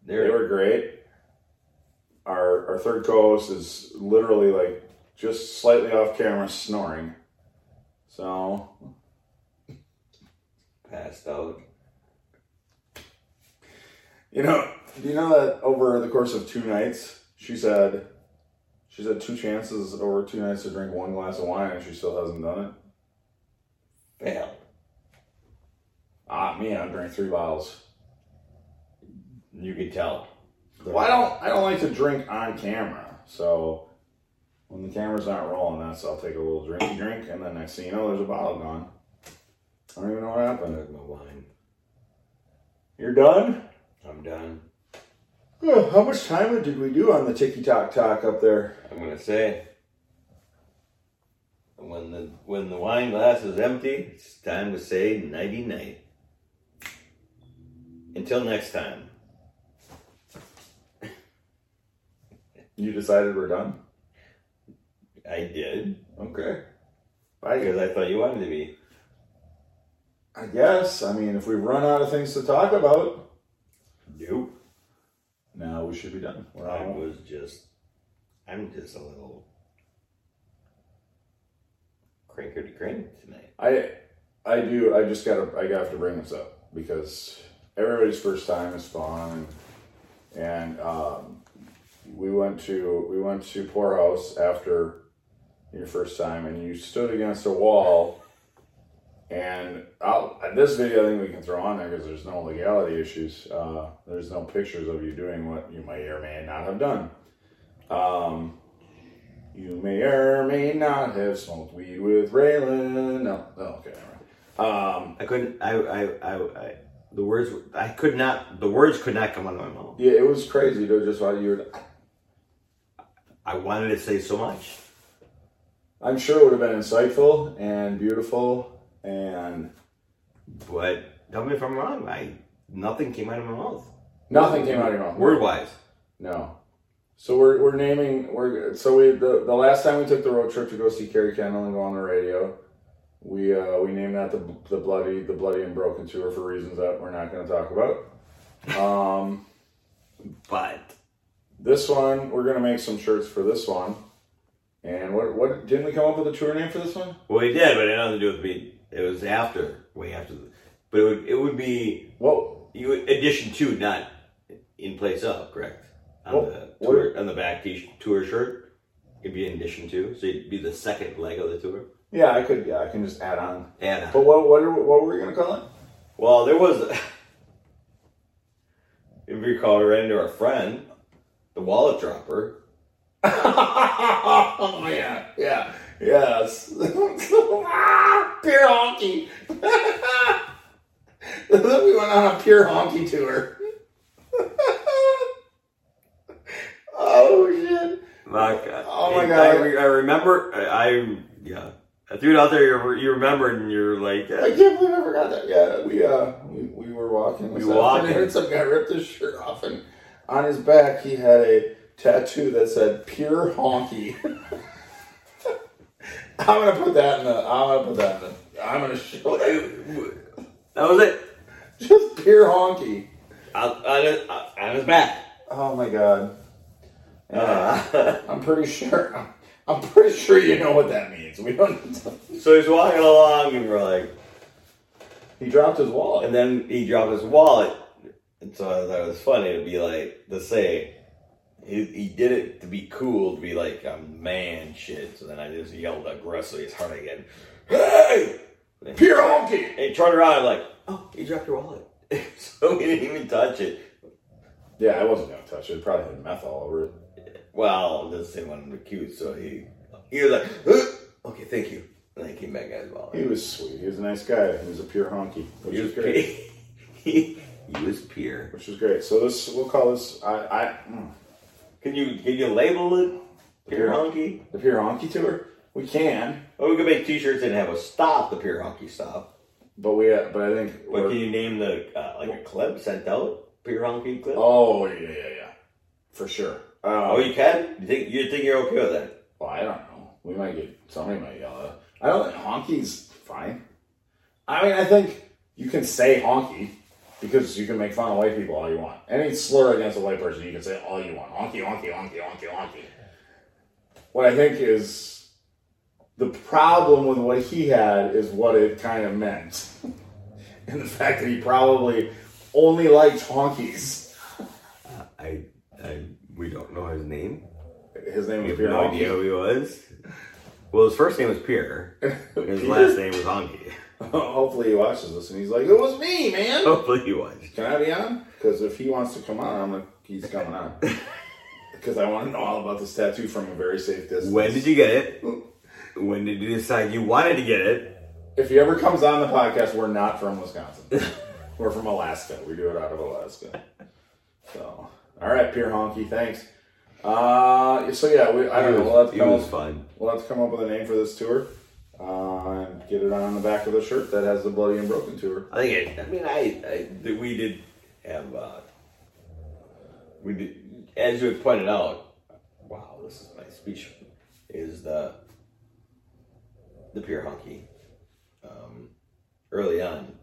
They
There,
were great. Our our third co-host is literally like just slightly off camera snoring. So
passed out.
you know, do you know that over the course of two nights, she said she's had two chances over two nights to drink one glass of wine, and she still hasn't done it.
Fail.
Ah, me, I drank three bottles.
You could tell.
Well, I don't. I don't like to drink on camera. So when the camera's not rolling, that's I'll take a little drinky drink, and then next thing you know, there's a bottle gone. I don't even know what
I
happened.
my wine.
You're done.
I'm done.
Huh, How much time did we do on the ticky tock talk up there?
I'm gonna say when the when the wine glass is empty, it's time to say nighty night. Until next time.
You decided we're done.
I did
Okay. I
because I thought you wanted to be.
I guess. I mean, if we run out of things to talk about,
Nope.
now we should be done. We're
I
out.
was just I'm just a little crinker to crink tonight.
I I do. I just gotta. I gotta have to bring this up because everybody's first time is fun, and, and um, we went to we went to poorhouse after your first time, and you stood against a wall. And I'll, this video, I think we can throw on there because there's no legality issues. Uh, there's no pictures of you doing what you may or may not have done. Um, you may or may not have smoked weed with Raylan. No, no, okay, never mind. Um,
I couldn't I I I, I the words were- I could not the words could not come out of my mouth.
yeah, it was crazy to just while you were.
I wanted to say so much.
I'm sure it would have been insightful and beautiful, and
But tell me if I'm wrong. I nothing came out of my mouth.
nothing came out of your mouth.
Word wise.
No. So we're, we're naming we're so we the, the last time we took the road trip to go see Carrie Kendall and go on the radio, we uh, we named that the, the bloody the bloody and broken tour for reasons that we're not going to talk about. Um.
But
This one, we're gonna make some shirts for this one. And what what didn't we come up with a tour name for this one?
well, we did, but it had nothing to do with me. It was after, way after. The, but it would it would be
Well,
you would addition to, not in place of, correct? On
Well,
the
what-
tour, on the back t- tour shirt, it'd be in addition to, so it'd be the second leg of the tour.
yeah, I could yeah, I can just add on.
And uh,
But what what are, what were we gonna call it?
well, there was. A, if you recall, we ran into our friend, the wallet dropper.
oh yeah, yeah, yes. Ah, pure honky. we went on a pure honky tour. oh shit.
Like, uh,
Oh my
I-
God.
I, re- I remember. I, I yeah. I threw it out there. You, re- you remembered, and you're like,
I
eh.
can't believe I forgot that. Yeah, we uh, we, we were walking.
We
this
were walking.
afternoon, and some guy ripped his shirt off, and on his back he had a tattoo that said "Pure Honky." I'm gonna put that in the. I'm gonna put that in the. I'm gonna show you
that was it.
just "Pure Honky."
On, on, his, on his back.
Oh my god!
Uh,
I'm pretty sure. I'm, I'm pretty sure you know what that means. We don't. Need to,
so he's walking along, and we're like,
he dropped his wallet.
and then he dropped his wallet. And so I thought it was funny to be like, to say, he, he did it to be cool, to be like, a man shit. So then I just yelled aggressively as hard as I could. Hey!
Pure Honky.
And he turned around, I'm like, oh, you dropped your wallet. so we didn't even touch it.
Yeah, I wasn't gonna touch it. It Probably had meth all over it.
Well, this thing wanted to cute, so he he was like, "Huh? okay, thank you. And then came back as well.
He was sweet. He was a nice guy. He was a pure honky, which
He
is
was
great.
pure. he was pure.
Which is great. So this, we'll call this. I, I mm,
Can you can you label it pure honky?
the pure honky tour. We can,
Or we could make T-shirts and have a stop the pure honky stop.
but we. uh, But I think.
But
we're-
can you name the uh, like a clip sent out pure honky clip? Oh,
oh yeah, yeah, yeah, for sure. Uh,
you can. You think you think you're okay with that?
well, I don't know. We might get somebody might yell. At. us. I don't think honky's fine. I mean, I think you can say honky because you can make fun of white people all you want. Any slur against a white person, you can say all you want. Honky, honky, honky, honky, honky. What I think is the problem with what he had is what it kind of meant, and the fact that he probably only liked honkies.
I I we don't know his name.
His name
We
was
have
Pierre
no idea
Honky.
who he was. Well, his first name was Pierre. and His last name was Honky.
Hopefully he watches this and he's like, it was me, man.
Hopefully he was.
Can I be on? Because if he wants to come on, I'm like, he's coming on. Because I want to know all about this tattoo from a very safe distance.
When did you get it? When did you decide you wanted to get it?
If he ever comes on the podcast, we're not from Wisconsin. we're from Alaska. We do it out of Alaska. So, all right, Pierre Honky, thanks. Uh, so yeah, we, I don't know. We'll have, to
It
come
was
up-
fun.
we'll have to come up with a name for this tour uh, and get it on the back of the shirt that has the Bloody and Broken tour.
I think. It, I mean, I, I that we did have. Uh, we did, as you had pointed out. Wow, this is my speech. Is the the pure honky um, early on,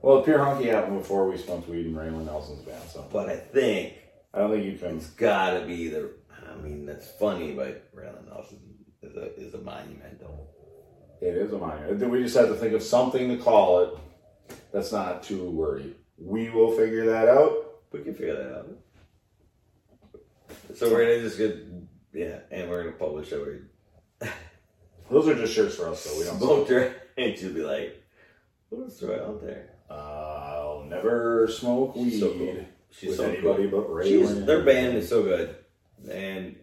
Well, Pierre Honky happened before we smoked weed in Raymond Nelson's band, so
but I think
I don't think you can.
it's got to be the. I mean, that's funny, but Raylan Nelson is a is a monumental.
It is a minor. Then we just have to think of something to call it that's not too wordy. We will figure that out.
We can figure that out. So we're gonna just get yeah, and we're gonna publish it. We
Those are just shirts for us, so we don't.
smoked her, and she'll be like, "Let's throw it out there."
I'll never smoke weed
She's so cool. She's
with
so
anybody
cool.
but Ray.
She's,
Lynn.
their band is so good, and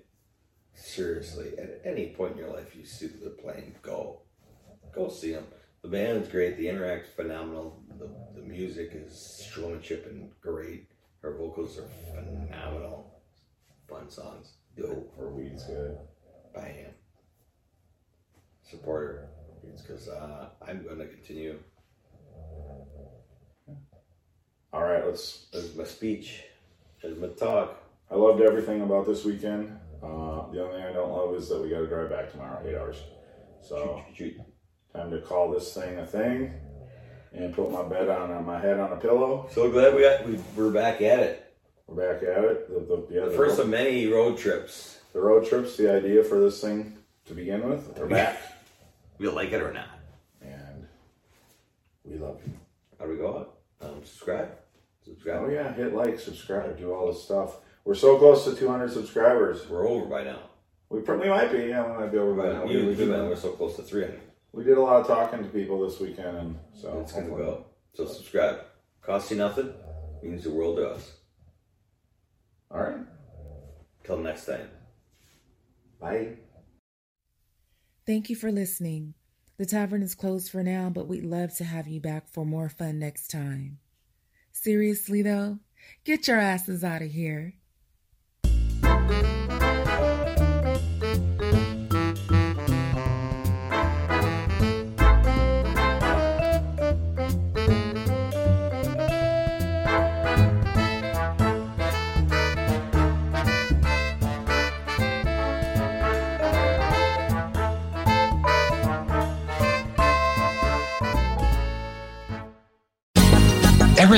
seriously, at any point in your life, you see that they're playing, go, go see them. The band is great. The interact's phenomenal. The, the music is showmanship and great. Her vocals are phenomenal. Fun songs. Dope.
Or weed's good.
I am. Supporter. Because uh, I'm going to continue.
All right, let's.
There's my speech. There's my talk.
I loved everything about this weekend. Uh, the only thing I don't love is that we got to drive back tomorrow, eight hours. So
Shoot, shoot.
time to call this thing a thing, and put my bed on uh, my head on a pillow.
So glad we got, we, we're back at it.
We're back at it. The, the, yeah,
The
the
first of many road trips.
the road trips, the idea for this thing to begin with, are back.
You like it or not?
and we love you.
How do we go out? Um, subscribe. Subscribe.
Oh, yeah, hit like, subscribe, do all this stuff. We're so close to 200 subscribers.
We're over by now.
We probably might be, yeah, we might be over by now.
you,
we,
you
did,
man, we're so close to 300.
we did a lot of talking to people this weekend, and so
it's going to
Oh, hopefully-
go. So subscribe. Costs you nothing. Means the world to us.
All right,
Till next time.
bye.
Thank you for listening. The tavern is closed for now, but we'd love to have you back for more fun next time. Seriously, though, get your asses out of here.
Ever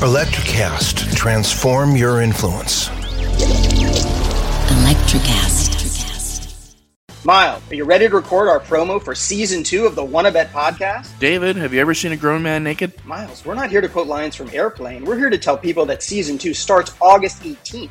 Electrocast, transform your influence.
Electricast.
Mile, are you ready to record our promo for season two of the Wanna Bet podcast?
David, have you ever seen a grown man naked?
Miles, we're not here to quote lines from Airplane. We're here to tell people that season two starts August 18th.